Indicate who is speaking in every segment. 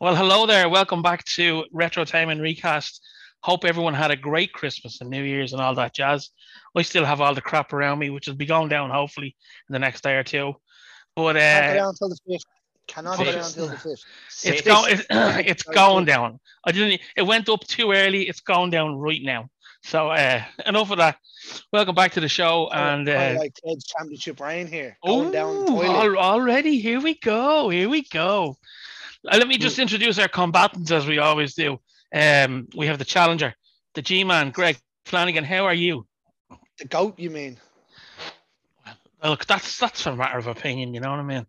Speaker 1: Well, hello there. Welcome back to Retro Time and Recast. Hope everyone had a great Christmas and New Year's and all that jazz. I still have all the crap around me, which will be going down hopefully in the next day or two. But
Speaker 2: Can't go
Speaker 1: uh,
Speaker 2: down until the fifth. Cannot go
Speaker 1: Fifth.
Speaker 2: down until the fifth.
Speaker 1: it's
Speaker 2: Sixth.
Speaker 1: going, it's
Speaker 2: Sorry,
Speaker 1: going
Speaker 2: fifth.
Speaker 1: down. I didn't. It went up too early. It's going down right now. So uh, enough of that. Welcome back to the show.
Speaker 2: Oh,
Speaker 1: And
Speaker 2: Kinda
Speaker 1: uh,
Speaker 2: like Ted's championship reign here.
Speaker 1: oh,
Speaker 2: Going down the toilet.
Speaker 1: al- already here we go. Here we go. Uh, Let me
Speaker 2: Hmm.
Speaker 1: just introduce our combatants as we always do. Um, we have the challenger, the G-man, Greg Flanagan. How are you?
Speaker 2: The goat, you mean?
Speaker 1: Look, that's that's a matter of opinion. You know what I mean?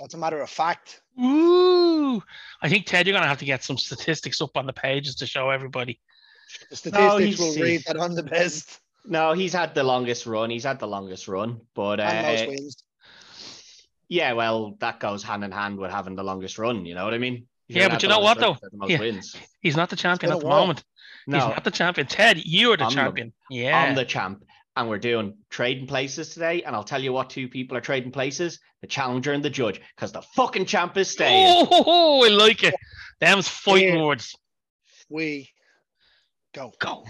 Speaker 2: That's a matter of fact.
Speaker 1: Ooh, I think Ted, you're gonna have to get some statistics up on the pages to show everybody.
Speaker 2: The
Speaker 3: No,
Speaker 2: statistics
Speaker 3: he's
Speaker 2: will
Speaker 3: safe.
Speaker 2: read that I'm the best
Speaker 3: No, he's had the longest run. He's had the longest run, but
Speaker 2: and most
Speaker 3: uh,
Speaker 2: wins.
Speaker 3: yeah, well, that goes hand in hand with having the longest run. You know what I mean? If
Speaker 1: Yeah,
Speaker 3: you're
Speaker 1: but
Speaker 3: gonna
Speaker 1: you
Speaker 3: have
Speaker 1: know
Speaker 3: the
Speaker 1: what,
Speaker 3: longest
Speaker 1: though?
Speaker 3: run, the most
Speaker 1: Yeah.
Speaker 3: wins.
Speaker 1: He's not the champion
Speaker 2: been
Speaker 1: at
Speaker 2: a
Speaker 1: the
Speaker 2: while.
Speaker 1: moment. He's
Speaker 3: No,
Speaker 1: not the champion. Ted, you're the
Speaker 3: I'm the-
Speaker 1: champion.
Speaker 3: I'm
Speaker 1: yeah.
Speaker 3: the champ, and we're doing trading places today. And I'll tell you what, two people are trading places: the challenger and the judge, because the fucking champ is staying.
Speaker 1: oh, ho, ho, I like it. Them's fighting
Speaker 2: Yeah.
Speaker 1: words.
Speaker 2: We go.
Speaker 1: Go.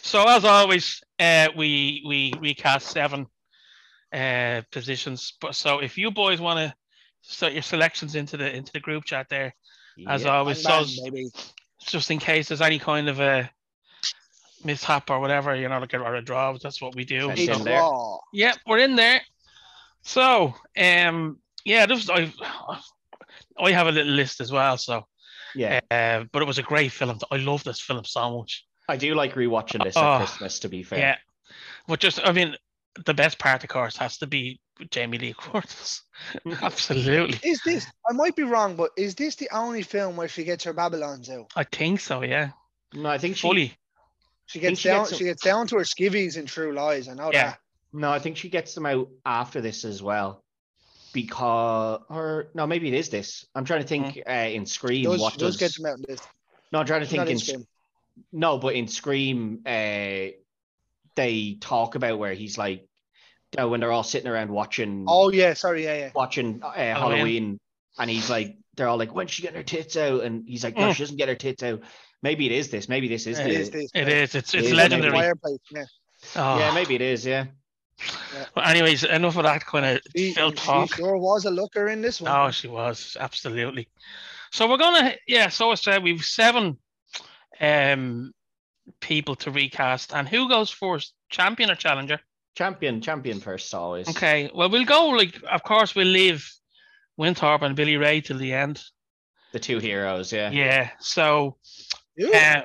Speaker 1: so as always, uh, we we recast seven uh, positions. But so if you boys want to sort your selections into the into the group chat there, as
Speaker 3: Yeah.
Speaker 1: always,
Speaker 2: Bang,
Speaker 1: so
Speaker 2: bang, baby.
Speaker 1: just in case there's any kind of a mishap or whatever, you know, like a, or a draw. That's what we do.
Speaker 3: Send
Speaker 1: So,
Speaker 3: it
Speaker 2: It's
Speaker 3: in there.
Speaker 2: raw.
Speaker 1: yeah, we're in there. So, um, yeah, this I, I have a little list as well. So,
Speaker 3: yeah.
Speaker 1: uh, but it was a great film. I love this film so much.
Speaker 3: I do like rewatching this
Speaker 1: Oh,
Speaker 3: at Christmas. To be fair,
Speaker 1: Yeah, but just I mean, the best part, of course, has to be Jamie Lee Curtis. Absolutely,
Speaker 2: Is this? I might be wrong, but is this the only film where she gets her Babylon's out?
Speaker 1: I think so. Yeah,
Speaker 3: No, I think she.
Speaker 1: fully.
Speaker 2: She
Speaker 3: Think
Speaker 2: gets
Speaker 3: she
Speaker 2: down.
Speaker 3: gets some-
Speaker 2: she gets down to her skivvies in True Lies. I know
Speaker 1: Yeah.
Speaker 2: that.
Speaker 3: No, I think she gets them out after this as well. Because, or no, maybe it is this. I'm trying to think
Speaker 2: Hmm.
Speaker 3: uh, in Scream.
Speaker 2: Does,
Speaker 3: what
Speaker 2: does
Speaker 3: does?
Speaker 2: get them out in this?
Speaker 3: no, I'm trying to
Speaker 2: She's not
Speaker 3: think
Speaker 2: in
Speaker 3: in
Speaker 2: Scream.
Speaker 3: no, but in Scream, uh, they talk about where he's like, you know, when they're all sitting around watching
Speaker 2: Oh yeah, sorry, Oh, yeah, yeah.
Speaker 3: watching uh, Halloween. and he's like, they're all like, when's she getting her tits out? And he's like, no,
Speaker 2: Hmm.
Speaker 1: Mm.
Speaker 3: she doesn't get her tits out. Maybe it is this. Maybe this is
Speaker 1: It
Speaker 3: the.
Speaker 2: It is this.
Speaker 1: It
Speaker 2: yeah.
Speaker 1: is. It's
Speaker 3: It
Speaker 1: it's
Speaker 3: is, I think.
Speaker 1: legendary.
Speaker 2: Fireplace, yeah. Ah.
Speaker 1: Oh.
Speaker 3: Yeah, maybe it is. Yeah.
Speaker 1: But anyways, enough of that kind of
Speaker 2: She,
Speaker 1: filth
Speaker 2: she
Speaker 1: talk.
Speaker 2: sure was a looker in this one.
Speaker 1: Oh, she was absolutely. So we're gonna, yeah. So I said we've seven um people to recast, and who goes first, champion or challenger?
Speaker 3: Champion, champion first always.
Speaker 1: Okay. Well, we'll go. Like, of course, we'll leave Winthorpe and Billy Ray till the end.
Speaker 3: The two heroes. Yeah.
Speaker 1: Yeah. So,
Speaker 2: Ew.
Speaker 1: uh, yeah,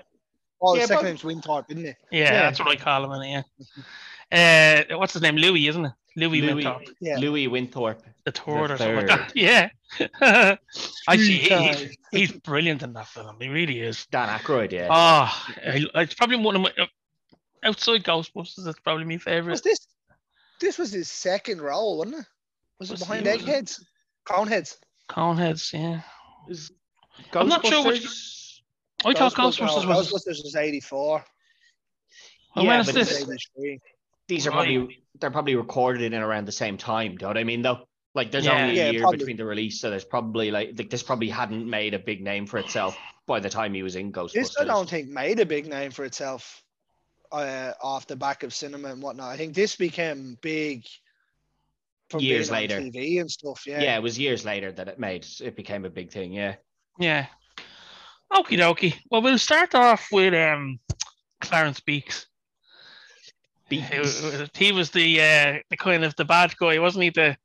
Speaker 2: oh, the
Speaker 3: yeah,
Speaker 2: second
Speaker 3: but-
Speaker 2: name's Winthorpe, isn't it?
Speaker 1: that's what I call him. and Yeah. Uh, what's his name? Louis, isn't it? Louis,
Speaker 3: Louis-
Speaker 1: Winthorpe,
Speaker 2: Yeah.
Speaker 3: Louis Winthorpe.
Speaker 1: the third
Speaker 3: the
Speaker 1: or something like that. Yeah. I see. He, he-
Speaker 2: Winthorpe.
Speaker 1: he's brilliant in that film. He really is.
Speaker 3: Dan Aykroyd, yeah.
Speaker 1: Ah, I it's probably one of my uh, outside Ghostbusters. That's probably my favorite.
Speaker 2: Was this? This was his second role, wasn't it? Was it
Speaker 1: Was
Speaker 2: behind
Speaker 1: he- was it-
Speaker 2: Eggheads? Crownheads.
Speaker 1: Coneheads, yeah. I'm
Speaker 3: I'm
Speaker 1: not
Speaker 3: not
Speaker 1: sure which- I thought
Speaker 2: Ghostbusters
Speaker 1: Ghostbusters
Speaker 2: no,
Speaker 1: was.
Speaker 2: Ghostbusters was 84.
Speaker 1: Oh,
Speaker 3: Yeah,
Speaker 1: when is
Speaker 3: but
Speaker 1: this?
Speaker 3: it's-
Speaker 2: 83.
Speaker 3: These are probably they're probably recorded in and around the same time. Do you know what I mean? Though, like there's
Speaker 1: Yeah.
Speaker 3: only a
Speaker 2: Yeah,
Speaker 3: year
Speaker 2: probably.
Speaker 3: between the release, so there's probably like like, this probably hadn't made a big name for itself by the time he was in Ghostbusters.
Speaker 2: This, I don't think, made a big name for itself uh, off the back of cinema and whatnot. I think this became big from
Speaker 3: Years
Speaker 2: being
Speaker 3: later.
Speaker 2: on TV and stuff.
Speaker 3: yeah.
Speaker 2: Yeah.
Speaker 3: it was years later that it made it became a big thing. Yeah,
Speaker 1: Yeah. Okie dokie. Well, we'll start off with um, Clarence Beeks. He
Speaker 3: Beaks,
Speaker 1: was, he was the uh, the kind of the bad guy, wasn't he? The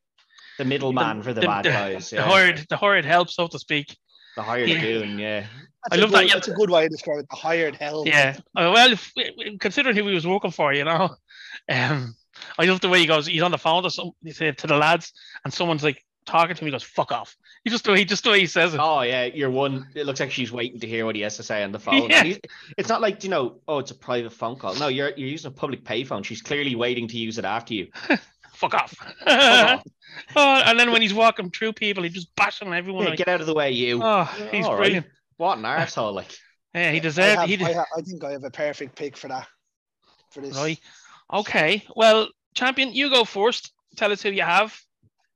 Speaker 3: the middleman for the,
Speaker 1: the-
Speaker 3: bad
Speaker 1: the-
Speaker 3: guys.
Speaker 1: the
Speaker 3: yeah.
Speaker 1: horrid the horrid help, so to speak.
Speaker 3: the hired
Speaker 1: Yeah.
Speaker 3: goon. Yeah,
Speaker 2: That's
Speaker 1: I
Speaker 2: a
Speaker 1: love that,
Speaker 2: good-
Speaker 1: yeah.
Speaker 2: That's a good way to describe it. The hired help.
Speaker 1: Yeah. Uh, well, if, considering who he was working for, you know, um, I love the way he goes. He's on the phone to some he said to the lads, and someone's like talking to him. He goes, "Fuck off." He just the way just the way he says it.
Speaker 3: Oh yeah, you're one. It looks like she's waiting to hear what he has to say on the phone.
Speaker 1: Yeah.
Speaker 3: And he's- It's not like you know, oh, it's a private phone call. No, you're you're using a public payphone. She's clearly waiting to use it after you.
Speaker 1: Fuck off.
Speaker 3: Come on.
Speaker 1: Oh, and then when he's walking through people, he's just bashing everyone.
Speaker 3: Yeah,
Speaker 1: like,
Speaker 3: get out of the way, you.
Speaker 1: oh, he's
Speaker 3: All right.
Speaker 1: brilliant.
Speaker 3: What an arsehole! Like,
Speaker 1: Yeah, he
Speaker 2: I,
Speaker 1: deserved.
Speaker 2: have,
Speaker 1: he
Speaker 2: I,
Speaker 1: did,
Speaker 2: ha- I think I have a perfect pick for that. For this.
Speaker 1: right. Okay. Well, champion, you go first. Tell us who you have.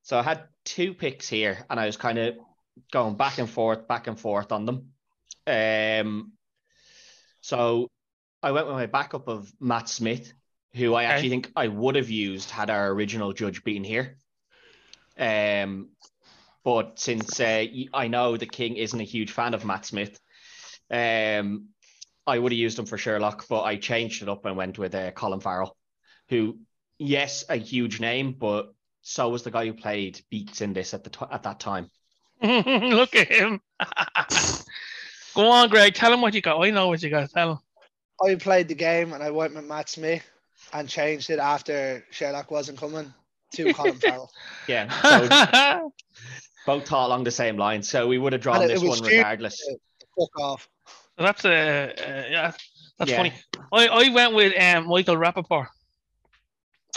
Speaker 3: so I had two picks here, and I was kind of going back and forth, back and forth on them. Um, so I went with my backup of Matt Smith, who I
Speaker 1: Okay.
Speaker 3: actually think I would have used had our original judge been here. Um, but since uh, y- I know the King isn't a huge fan of Matt Smith, um, I would have used him for Sherlock, but I changed it up and went with uh, Colin Farrell, who, yes, a huge name, but so was the guy who played Beats in this at the t- at that time.
Speaker 1: Look at him. Go on, Greg. Tell him what you got. I know what you got. Tell him.
Speaker 2: I played the game and I went with Matt Smith and changed it after Sherlock wasn't coming to Colin Farrell.
Speaker 3: Yeah, so both taught along the same line, so we would have drawn
Speaker 2: And it-
Speaker 3: this
Speaker 2: it was
Speaker 3: one
Speaker 2: huge.
Speaker 3: regardless.
Speaker 2: Fuck off.
Speaker 1: So that's a uh, yeah. That's
Speaker 3: Yeah.
Speaker 1: funny. I, I went with um, Michael Rappaport.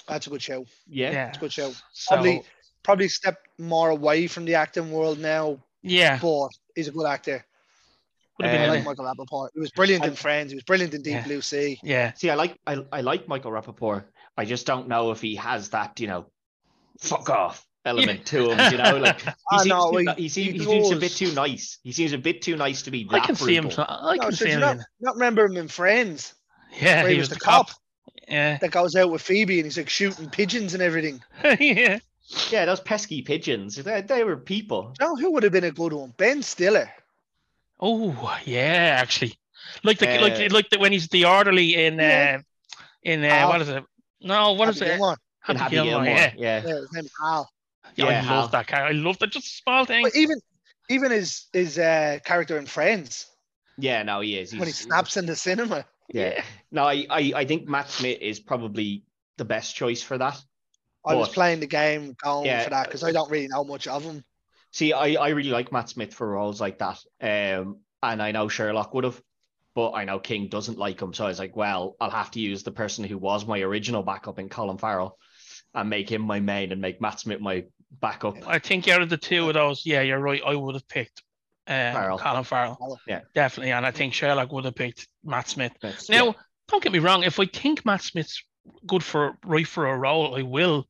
Speaker 2: That's a good show.
Speaker 3: Yeah,
Speaker 1: Yeah.
Speaker 2: It's a good show.
Speaker 1: So,
Speaker 2: Probably- Probably step more away from the acting world now,
Speaker 1: yeah.
Speaker 2: but he's a good actor.
Speaker 1: Would have been
Speaker 2: I
Speaker 1: in
Speaker 3: Um,
Speaker 2: like
Speaker 1: it.
Speaker 2: Michael Rappaport. He was brilliant in
Speaker 3: I-
Speaker 2: Friends. He was brilliant in Deep
Speaker 1: Yeah.
Speaker 2: Blue Sea.
Speaker 1: Yeah.
Speaker 3: See, I like I, I like Michael Rappaport. I just don't know if he has that, you know, fuck off element to him. You know, like he
Speaker 2: Ah,
Speaker 3: seems,
Speaker 2: no,
Speaker 3: too-
Speaker 2: he-
Speaker 3: he, seems,
Speaker 2: he
Speaker 3: he seems a
Speaker 2: does.
Speaker 3: bit too nice. He seems a bit too nice to be
Speaker 1: I
Speaker 3: that
Speaker 1: can see him.
Speaker 3: brutal.
Speaker 1: try- I
Speaker 2: No,
Speaker 1: can see
Speaker 2: so do you
Speaker 1: him.
Speaker 2: not,
Speaker 1: in it.
Speaker 2: not remember him in Friends,
Speaker 1: Yeah,
Speaker 2: where
Speaker 1: he was the cop. Yeah.
Speaker 2: that goes out with Phoebe and he's like shooting pigeons and everything.
Speaker 1: yeah.
Speaker 3: Yeah, those pesky pigeons. They, they were people.
Speaker 2: You know who would have been a good one? Ben Stiller.
Speaker 1: Oh, yeah. Actually, like the
Speaker 3: Uh,
Speaker 1: like the- like the, when he's the orderly in
Speaker 2: Yeah.
Speaker 1: uh, in uh,
Speaker 2: Al.
Speaker 1: what is it? No, what is
Speaker 2: Happy
Speaker 1: it?
Speaker 2: Gilmore.
Speaker 3: in Happy Gilmore.
Speaker 1: Yeah.
Speaker 3: Yeah. yeah.
Speaker 2: Yeah, his name's Al.
Speaker 1: Yeah,
Speaker 3: Yeah,
Speaker 1: I
Speaker 3: Al.
Speaker 1: love that character. I love that. Just a small thing.
Speaker 2: But even even his his uh, character in Friends
Speaker 3: no, he is.
Speaker 2: when he
Speaker 3: He's-
Speaker 2: snaps in the cinema.
Speaker 3: Yeah. No, I, I, I think Matt Smith is probably the best choice for that.
Speaker 2: I was
Speaker 3: But-
Speaker 2: playing the game going
Speaker 3: Yeah.
Speaker 2: for that because I don't really know much of him.
Speaker 3: See, I, I really like Matt Smith for roles like that. Um, and I know Sherlock would have, but I know King doesn't like him. So I was like, well, I'll have to use the person who was my original backup in Colin Farrell and make him my main and make Matt Smith my backup.
Speaker 1: I think out of the two of those, yeah, you're right. I would have picked uh,
Speaker 3: Farrell.
Speaker 1: Colin Farrell.
Speaker 3: Yeah.
Speaker 1: definitely. And I think Sherlock would have picked Matt Smith.
Speaker 3: That's-
Speaker 1: Now,
Speaker 3: yeah.
Speaker 1: don't get me wrong. If I think Matt Smith's good for right for a role, I will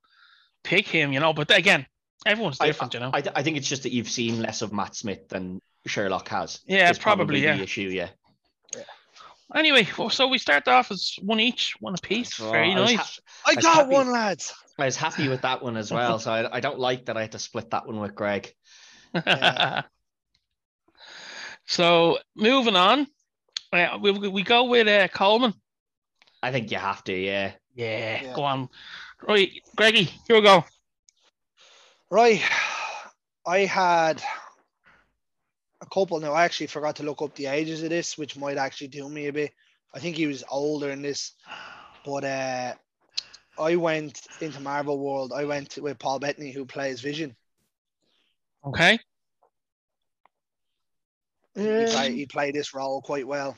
Speaker 1: pick him. You know, but again, everyone's
Speaker 3: I-
Speaker 1: different. you know.
Speaker 3: I, th- I think it's just that you've seen less of Matt Smith than Sherlock has.
Speaker 1: yeah,
Speaker 3: is
Speaker 1: probably.
Speaker 3: the
Speaker 1: Yeah.
Speaker 3: issue. Yeah.
Speaker 1: Anyway, well, so we start off as one each, one apiece.
Speaker 3: That's
Speaker 1: Very
Speaker 3: right. I was
Speaker 1: nice.
Speaker 3: ha-
Speaker 2: I
Speaker 3: Like
Speaker 2: got
Speaker 3: Happy-
Speaker 2: one, lads.
Speaker 3: I was happy with that one as well. So I, I don't like that I had to split that one with Greg.
Speaker 2: Yeah.
Speaker 1: so moving on, uh, we, we go with uh, Coleman.
Speaker 3: I think you have to. Yeah.
Speaker 1: Yeah,
Speaker 2: Yeah.
Speaker 1: go on. Right, Greggy, here we go.
Speaker 2: Right, I had a couple. Now I actually forgot to look up the ages of this, which might actually do me a bit. I think he was older in this, but uh, I went into Marvel World. I went with Paul Bettany, who plays Vision.
Speaker 1: Okay.
Speaker 2: He play, he play this role quite well.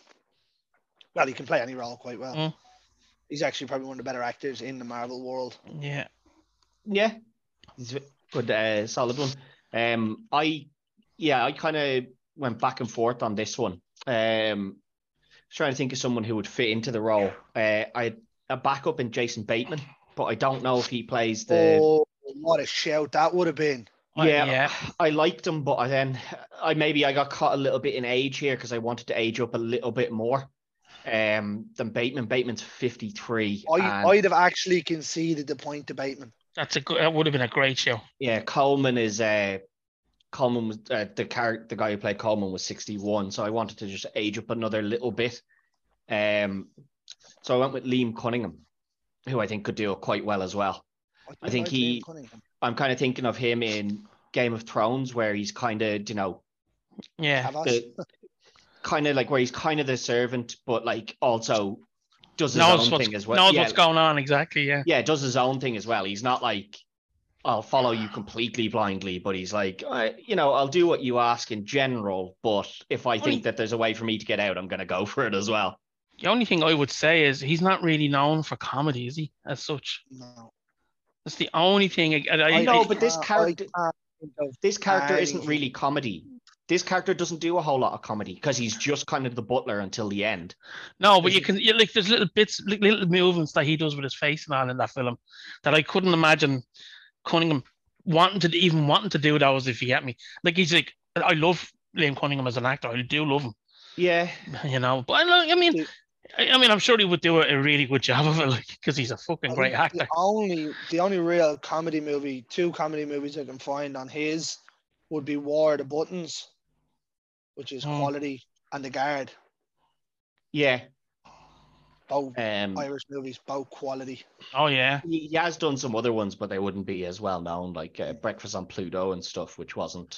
Speaker 2: Well, he can play any role quite well.
Speaker 1: Mm.
Speaker 2: He's actually probably one of the better actors in the Marvel world.
Speaker 1: Yeah.
Speaker 3: Yeah, it's a good, uh, solid one. Um, I, yeah, I kind of went back and forth on this one. Um, trying to think of someone who would fit into the role. Uh, I had a backup in Jason Bateman, but I don't know if he plays the.
Speaker 2: Oh, what a shout that would have been!
Speaker 1: Uh,
Speaker 3: yeah,
Speaker 1: yeah.
Speaker 3: I liked him, but I then I maybe I got caught a little bit in age here because I wanted to age up a little bit more. Um, than Bateman. Bateman's fifty three.
Speaker 2: I, I'd have actually conceded the point to Bateman.
Speaker 1: That's a good. That would have been a great show.
Speaker 3: Yeah, Coleman is uh Coleman was uh, the character the guy who played Coleman was 61, so I wanted to just age up another little bit. Um so I went with Liam Cunningham, who I think could do it quite well as well. I think
Speaker 2: Liam
Speaker 3: he-
Speaker 2: Cunningham.
Speaker 3: I'm kind of thinking of him in Game of Thrones where he's kind of, you know,
Speaker 1: Yeah.
Speaker 2: Have us.
Speaker 3: the kind of like where he's kind of the servant but like also does his
Speaker 1: Knows
Speaker 3: own
Speaker 1: what's,
Speaker 3: thing as well.
Speaker 1: knows
Speaker 3: yeah,
Speaker 1: what's going on exactly. Yeah.
Speaker 3: yeah, does his own thing as well. He's not like, I'll follow you completely blindly, but he's like, I, you know, I'll do what you ask in general, but if I
Speaker 1: Only-
Speaker 3: think that there's a way for me to get out, I'm going to go for it as well.
Speaker 1: The only thing I would say is he's not really known for comedy, is he? As such,
Speaker 2: No.
Speaker 1: that's the only thing. I, I,
Speaker 3: I know,
Speaker 1: I-
Speaker 3: Oh, but this
Speaker 2: Uh, I
Speaker 3: character,
Speaker 2: can't think of-
Speaker 3: this character
Speaker 2: I-
Speaker 3: isn't really comedy. This character doesn't do a whole lot of comedy because he's just kind of the butler until the end.
Speaker 1: No, but
Speaker 3: Is
Speaker 1: you
Speaker 3: it-
Speaker 1: can you, like there's little bits, li- little movements that he does with his face and all in that film that I couldn't imagine Cunningham wanting to even wanting to do those. If you get me, like he's like I love Liam Cunningham as an actor. I do love him,
Speaker 3: Yeah.
Speaker 1: you know. But I, lo- I mean, I, I mean, I'm sure he would do a, a really good job of it, like because he's a fucking
Speaker 2: I
Speaker 1: great
Speaker 2: think
Speaker 1: actor.
Speaker 2: The only the only real comedy movie, two comedy movies I can find on his would be War of the Buttons, which is
Speaker 3: Mm.
Speaker 1: Hmm.
Speaker 2: quality, and The Guard.
Speaker 3: Yeah.
Speaker 2: Both
Speaker 3: Um,
Speaker 2: Irish movies, both quality.
Speaker 1: Oh yeah,
Speaker 3: he he has done some other ones, but they wouldn't be as well known, like uh, Breakfast on Pluto and stuff, which wasn't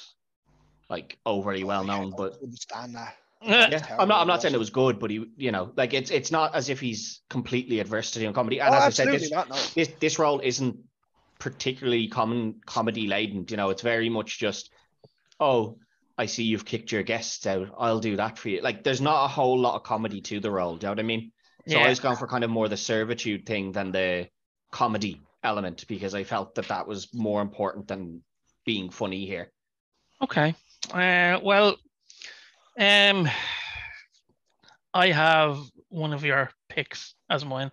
Speaker 3: like overly well known.
Speaker 2: I
Speaker 3: But
Speaker 2: couldn't stand that.
Speaker 1: yeah.
Speaker 3: yeah, I'm not. I'm not saying it was good, but he, you know, like it's it's not as if he's completely adverse to doing comedy. And
Speaker 2: oh,
Speaker 3: as I said,
Speaker 2: absolutely
Speaker 3: this,
Speaker 2: not. No.
Speaker 3: this this role isn't particularly common comedy laden. You know, it's very much just, oh, I see you've kicked your guests out. I'll do that for you. Like, there's not a whole lot of comedy to the role. Do you know what I mean? So I was going for kind of more the servitude thing than the comedy element because I felt that that was more important than being funny here.
Speaker 1: Okay. Uh, well, um, I have one of your picks as mine.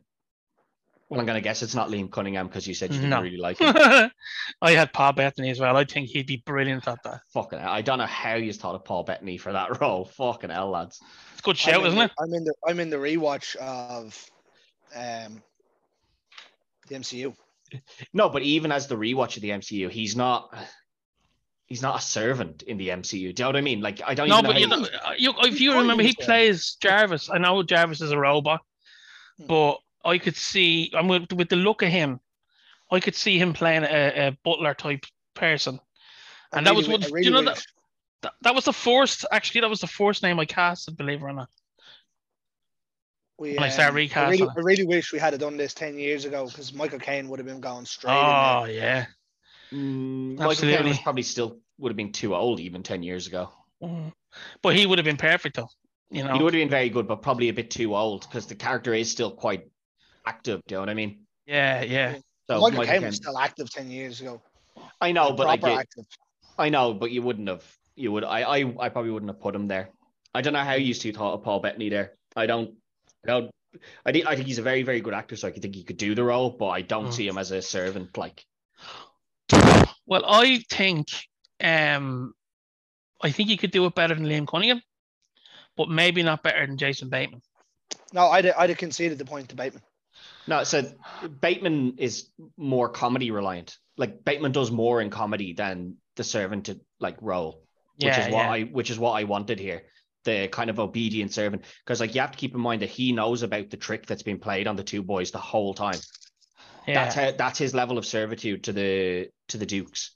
Speaker 3: Well, I'm gonna guess it's not Liam Cunningham because you said you didn't
Speaker 1: No.
Speaker 3: really like him.
Speaker 1: I Oh, had Paul Bettany as well. I think he'd be brilliant at that.
Speaker 3: Fucking hell. I don't know how you thought of Paul Bettany for that role. Fucking hell, lads.
Speaker 1: It's a good shout,
Speaker 2: I'm in
Speaker 1: isn't
Speaker 2: the-
Speaker 1: it?
Speaker 2: I'm in the I'm in the rewatch of um the MCU.
Speaker 3: No, but even as the rewatch of the MCU, he's not he's not a servant in the MCU. Do you know what I mean? Like I don't
Speaker 1: No,
Speaker 3: even know.
Speaker 1: but
Speaker 3: how
Speaker 1: you
Speaker 3: he-
Speaker 1: know, you, if you
Speaker 2: He's
Speaker 1: remember, he
Speaker 2: Iron Man.
Speaker 1: plays Jarvis. I know Jarvis is a robot,
Speaker 2: Hmm.
Speaker 1: but I could see, and with, with the look of him, I could see him playing a, a butler type person.
Speaker 2: I
Speaker 1: And that
Speaker 2: really
Speaker 1: was one-
Speaker 2: wi- I
Speaker 1: do
Speaker 2: really
Speaker 1: you know
Speaker 2: wish-
Speaker 1: that- That, that was the first, actually, that was the first name I casted, believe it or not.
Speaker 2: we,
Speaker 1: when I started
Speaker 2: um, I
Speaker 1: recasting
Speaker 2: really,
Speaker 1: it.
Speaker 2: I really wish we had done this ten years ago because Michael Caine would have been going straight.
Speaker 1: Oh, yeah.
Speaker 3: Mm, Michael Caine
Speaker 1: Absolutely.
Speaker 3: was probably still would have been too old even ten years ago.
Speaker 1: Mm. But he would have been perfect, though. You know,
Speaker 3: He would have been very good, but probably a bit too old because the character is still quite active. Do you know what I mean?
Speaker 1: yeah, yeah.
Speaker 2: In
Speaker 3: So
Speaker 2: there. Michael
Speaker 3: Michael
Speaker 2: Caine
Speaker 3: Caine-
Speaker 2: was still active ten years ago.
Speaker 3: I
Speaker 1: Oh,
Speaker 3: know, but like
Speaker 2: Proper
Speaker 3: you-
Speaker 2: active.
Speaker 3: I know, but you wouldn't have. You would. I, I. I probably wouldn't have put him there. I don't know how you two thought of Paul Bettany there. I don't. I don't. I think. I think he's a very, very good actor, so I could think he could do the role, but I don't
Speaker 1: Mm.
Speaker 3: see him as a servant. Like,
Speaker 1: Well, I think, um, I think he could do it better than Liam Cunningham, but maybe not better than Jason Bateman.
Speaker 2: No, I'd I'd have conceded the point to Bateman.
Speaker 3: no. So Bateman is more comedy reliant. Like Bateman does more in comedy than the servant like role. which
Speaker 1: Yeah,
Speaker 3: is what
Speaker 1: yeah.
Speaker 3: I which is what I wanted here. The kind of obedient servant, because like you have to keep in mind that he knows about the trick that's been played on the two boys the whole time.
Speaker 1: yeah,
Speaker 3: That's how that's his level of servitude to the to the Dukes.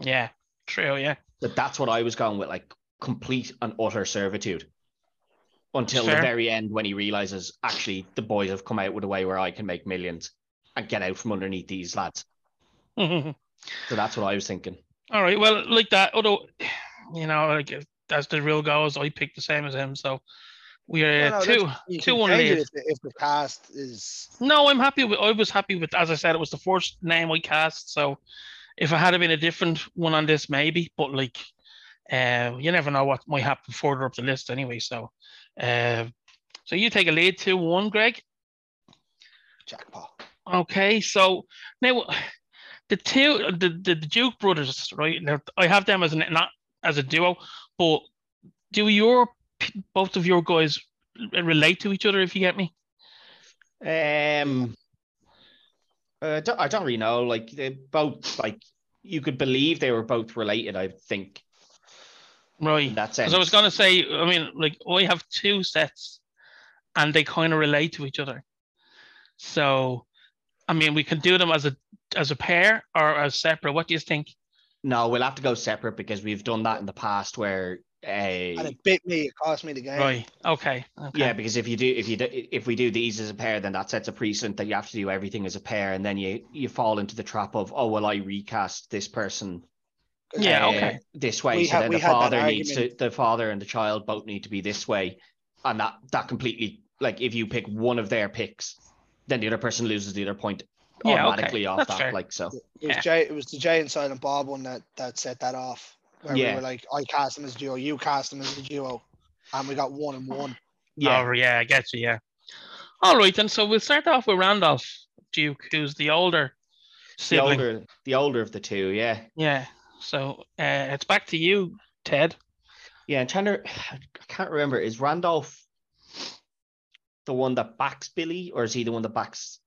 Speaker 1: yeah, true, yeah.
Speaker 3: That that's what I was going with, like complete and utter servitude. Until the
Speaker 1: Fair.
Speaker 3: very end when he realizes actually the boys have come out with a way where I can make millions and get out from underneath these lads.
Speaker 1: All
Speaker 3: So that's what I was thinking.
Speaker 1: right, well, like that. Although, you know, like if- as the real goes, I picked the same as him, so we are
Speaker 2: No, no,
Speaker 1: two.
Speaker 2: You
Speaker 1: Two
Speaker 2: can
Speaker 1: one
Speaker 2: change
Speaker 1: lead.
Speaker 2: it if, the- if the cast is
Speaker 1: No, I'm happy with. I was happy with. As I said, it was the first name I cast. So, if I had been a different one on this, maybe. But like, uh, you never know what might happen further up the list, anyway. So, uh, so you take a lead two one, Greg.
Speaker 2: jackpot.
Speaker 1: Okay, so now the two the, the, the Duke brothers, right? Now I have them as an, not as a duo, but do your p- both of your guys relate to each other? If you get me,
Speaker 3: Um, uh, don't, I don't really know. Like they both, like you could believe they were both related. I think
Speaker 1: right?
Speaker 3: in that sense.
Speaker 1: Because I was going to say, I mean, like, I have two sets and they kind of relate to each other. So, I mean, we can do them as a as a pair or as separate. What do you think?
Speaker 3: No, we'll have to go separate because we've done that in the past. Where, uh,
Speaker 2: And it bit me. It cost me the game.
Speaker 1: Right. Okay. okay.
Speaker 3: yeah, because if you do, if you do, if we do these as a pair, then that sets a precedent that you have to do everything as a pair, and then you you fall into the trap of oh well, I recast this person.
Speaker 1: Yeah,
Speaker 3: uh,
Speaker 1: okay.
Speaker 3: This way,
Speaker 2: We
Speaker 3: so
Speaker 2: had-
Speaker 3: then
Speaker 2: we
Speaker 3: the
Speaker 2: had that
Speaker 3: father needs to.
Speaker 2: argument.
Speaker 3: The father and the child both need to be this way, and that that completely like if you pick one of their picks, then the other person loses the other point
Speaker 1: Yeah, okay.
Speaker 3: automatically off
Speaker 1: That's
Speaker 3: that.
Speaker 1: fair.
Speaker 3: Like so,
Speaker 2: It was
Speaker 1: Yeah.
Speaker 2: Jay. It was the Jay and Silent Bob one that that set that off. Where
Speaker 3: Yeah.
Speaker 2: we were like, I cast them as a duo. You cast them as a duo, and we got one and one.
Speaker 3: yeah,
Speaker 1: Oh, yeah. I get you. Yeah. All right. Then. So we'll start off with Randolph Duke, who's the older
Speaker 3: the
Speaker 1: sibling.
Speaker 3: older the older of the two, yeah.
Speaker 1: Yeah. So uh, it's back to you, Ted.
Speaker 3: Yeah, I'm trying to. I can't remember. Is Randolph the one that backs Billy, or is he the one that backs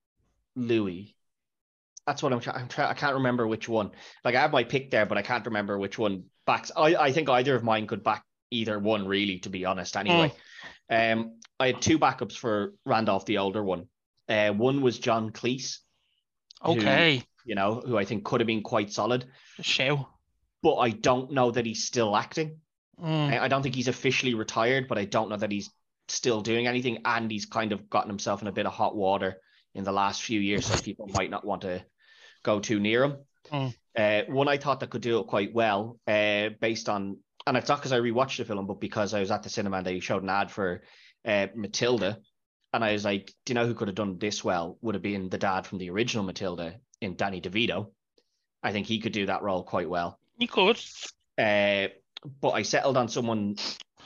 Speaker 3: Louis? That's what I'm trying. I'm trying. I can't remember which one. Like I have my pick there, but I can't remember which one backs. I I think either of mine could back either one, really, to be honest. Anyway, um, I had two backups for Randolph, the older one. Uh, one was John Cleese, Who-
Speaker 1: Okay.
Speaker 3: you know, who I think could have been quite solid,
Speaker 1: Show.
Speaker 3: but I don't know that he's still acting.
Speaker 1: Mm.
Speaker 3: I I don't think he's officially retired, but I don't know that he's still doing anything. And he's kind of gotten himself in a bit of hot water in the last few years, so people might not want to go too near him.
Speaker 1: Mm.
Speaker 3: Uh, one I thought that could do it quite well, uh, based on, and it's not because I rewatched the film, but because I was at the cinema and they showed an ad for uh, Matilda. And I was like, do you know who could have done this well? Would have been the dad from the original Matilda in Danny DeVito. I think he could do that role quite well.
Speaker 1: You could.
Speaker 3: Uh, but I settled on someone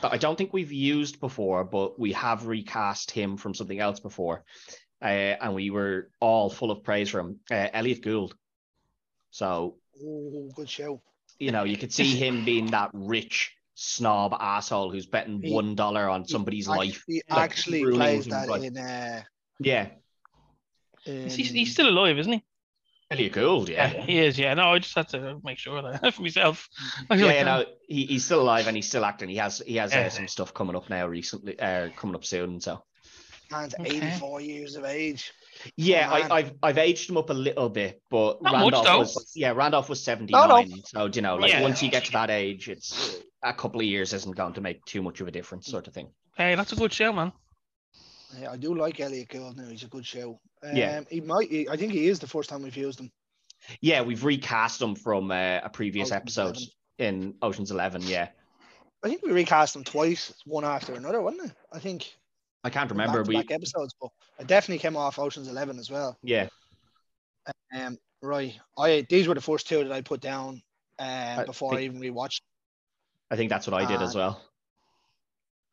Speaker 3: that I don't think we've used before, but we have recast him from something else before, uh, and we were all full of praise for him. Uh, Elliot Gould. So
Speaker 2: Oh, good show.
Speaker 3: you know you could see him being that rich snob asshole who's betting
Speaker 2: He-
Speaker 3: one dollar on somebody's
Speaker 2: Act-
Speaker 3: life.
Speaker 2: He
Speaker 3: like,
Speaker 2: actually
Speaker 3: ruining
Speaker 2: plays
Speaker 3: his own
Speaker 2: that
Speaker 3: life.
Speaker 2: in. Uh,
Speaker 3: Yeah,
Speaker 1: Is
Speaker 2: in
Speaker 1: he, he's still alive, isn't he?
Speaker 3: Elliot Gould. Yeah.
Speaker 1: he is. Yeah. No, I just had to make sure of that for myself. I was
Speaker 3: Yeah,
Speaker 1: like,
Speaker 3: you know he, he's still alive and he's still acting. He has he has
Speaker 1: Yeah.
Speaker 3: uh, some stuff coming up now recently, uh, coming up soon. So
Speaker 2: man's
Speaker 1: Okay.
Speaker 2: 84 years of age.
Speaker 3: Yeah,
Speaker 2: Oh, man.
Speaker 3: I, I've I've aged him up a little bit, but
Speaker 1: Not much,
Speaker 3: Randolph
Speaker 1: though.
Speaker 3: was yeah Randolph was seventy nine. So you know, like
Speaker 1: Yeah.
Speaker 3: once you get to that age, it's a couple of years isn't going to make too much of a difference, sort of thing.
Speaker 1: Hey, that's a good show, man.
Speaker 2: Yeah, I do like Elliot Gould now. He's a good show. Um,
Speaker 3: Yeah.
Speaker 2: He might. he- I think he is the first time we've used him.
Speaker 3: Yeah, we've recast him from uh, a previous
Speaker 2: Ocean's
Speaker 3: episode in Ocean's Eleven. Yeah,
Speaker 2: I think we recast him twice, one after another, wasn't it? I think.
Speaker 3: I can't remember. We
Speaker 2: back episodes, but I definitely came off Ocean's Eleven as well.
Speaker 3: yeah,
Speaker 2: Um, right. I these were the first two that I put down um, before I
Speaker 3: think-
Speaker 2: even rewatched.
Speaker 3: I think that's what I did as
Speaker 2: Uh,
Speaker 3: well.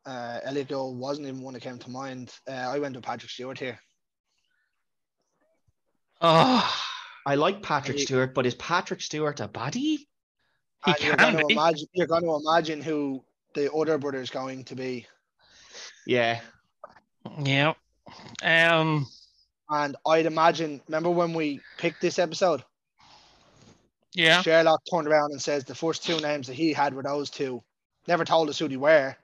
Speaker 2: Uh, Elliot Gould wasn't even one that came to mind. Uh, I went with Patrick Stewart here.
Speaker 1: Oh,
Speaker 3: I like Patrick
Speaker 2: I-
Speaker 3: Stewart, but is Patrick Stewart a baddie?
Speaker 1: He
Speaker 2: And you're
Speaker 1: can
Speaker 2: going to
Speaker 1: be.
Speaker 2: imagine. You're going to imagine who the other brother's going to be,
Speaker 3: Yeah,
Speaker 1: yeah. Um,
Speaker 2: and I'd imagine. Remember when we picked this episode?
Speaker 1: yeah.
Speaker 2: Sherlock turned around and says the first two names that he had were those two. Never told us who they were,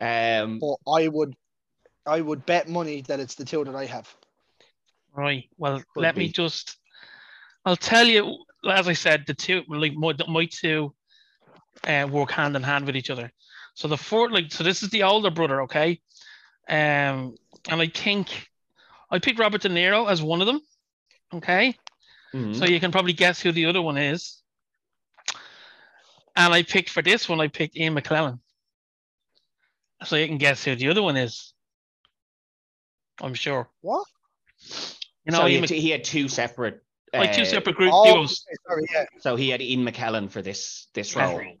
Speaker 3: um,
Speaker 2: but I would, I would bet money that it's the two that I have.
Speaker 1: Right. Well,
Speaker 3: Could
Speaker 1: let me
Speaker 3: be.
Speaker 1: just. I'll tell you, as I said, the two, like my, my two, uh, work hand in hand with each other. So the fourth, like, so this is the older brother, okay? Um, and I think I picked Robert De Niro as one of them, okay?
Speaker 3: mhm.
Speaker 1: So you can probably guess who the other one is. And I picked for this one, I picked Ian McClellan. So you can guess who the other one is. I'm sure.
Speaker 2: What?
Speaker 1: You know,
Speaker 3: so he
Speaker 1: Ian
Speaker 3: had,
Speaker 1: Mc-
Speaker 3: he had two separate.
Speaker 1: like two
Speaker 3: uh,
Speaker 1: separate group
Speaker 2: Oh,
Speaker 1: duos.
Speaker 2: okay, sorry, yeah.
Speaker 3: So he had Ian McKellen for this this
Speaker 1: Yeah.
Speaker 3: role.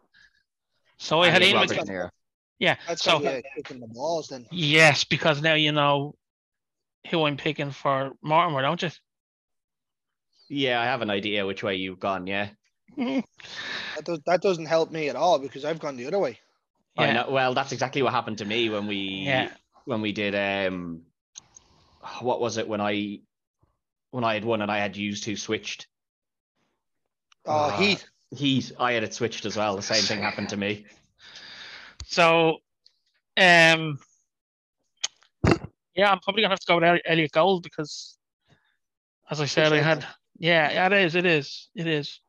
Speaker 1: So I Oh, had
Speaker 3: and
Speaker 1: Ian
Speaker 3: Robert
Speaker 1: Mc-
Speaker 3: De Niro.
Speaker 1: Yeah.
Speaker 2: That's
Speaker 1: so
Speaker 2: so, yeah, kicking the balls then.
Speaker 1: yes, because now you know who I'm picking for Mortimer, don't you?
Speaker 3: Yeah, I have an idea which way you've gone. Yeah.
Speaker 1: yeah.
Speaker 2: That, does, that doesn't help me at all because I've gone the other way.
Speaker 3: I know. Well, that's exactly what happened to me when we
Speaker 1: Yeah.
Speaker 3: when we did um what was it when I when I had one and I had used who switched.
Speaker 2: Oh,
Speaker 3: Ah.
Speaker 2: Heath,
Speaker 3: He I had it switched as well. The same thing happened to me.
Speaker 1: So um yeah, I'm probably gonna have to go with Eli- Elliot Gold because as I said, I had yeah, yeah, it is, it is, it is.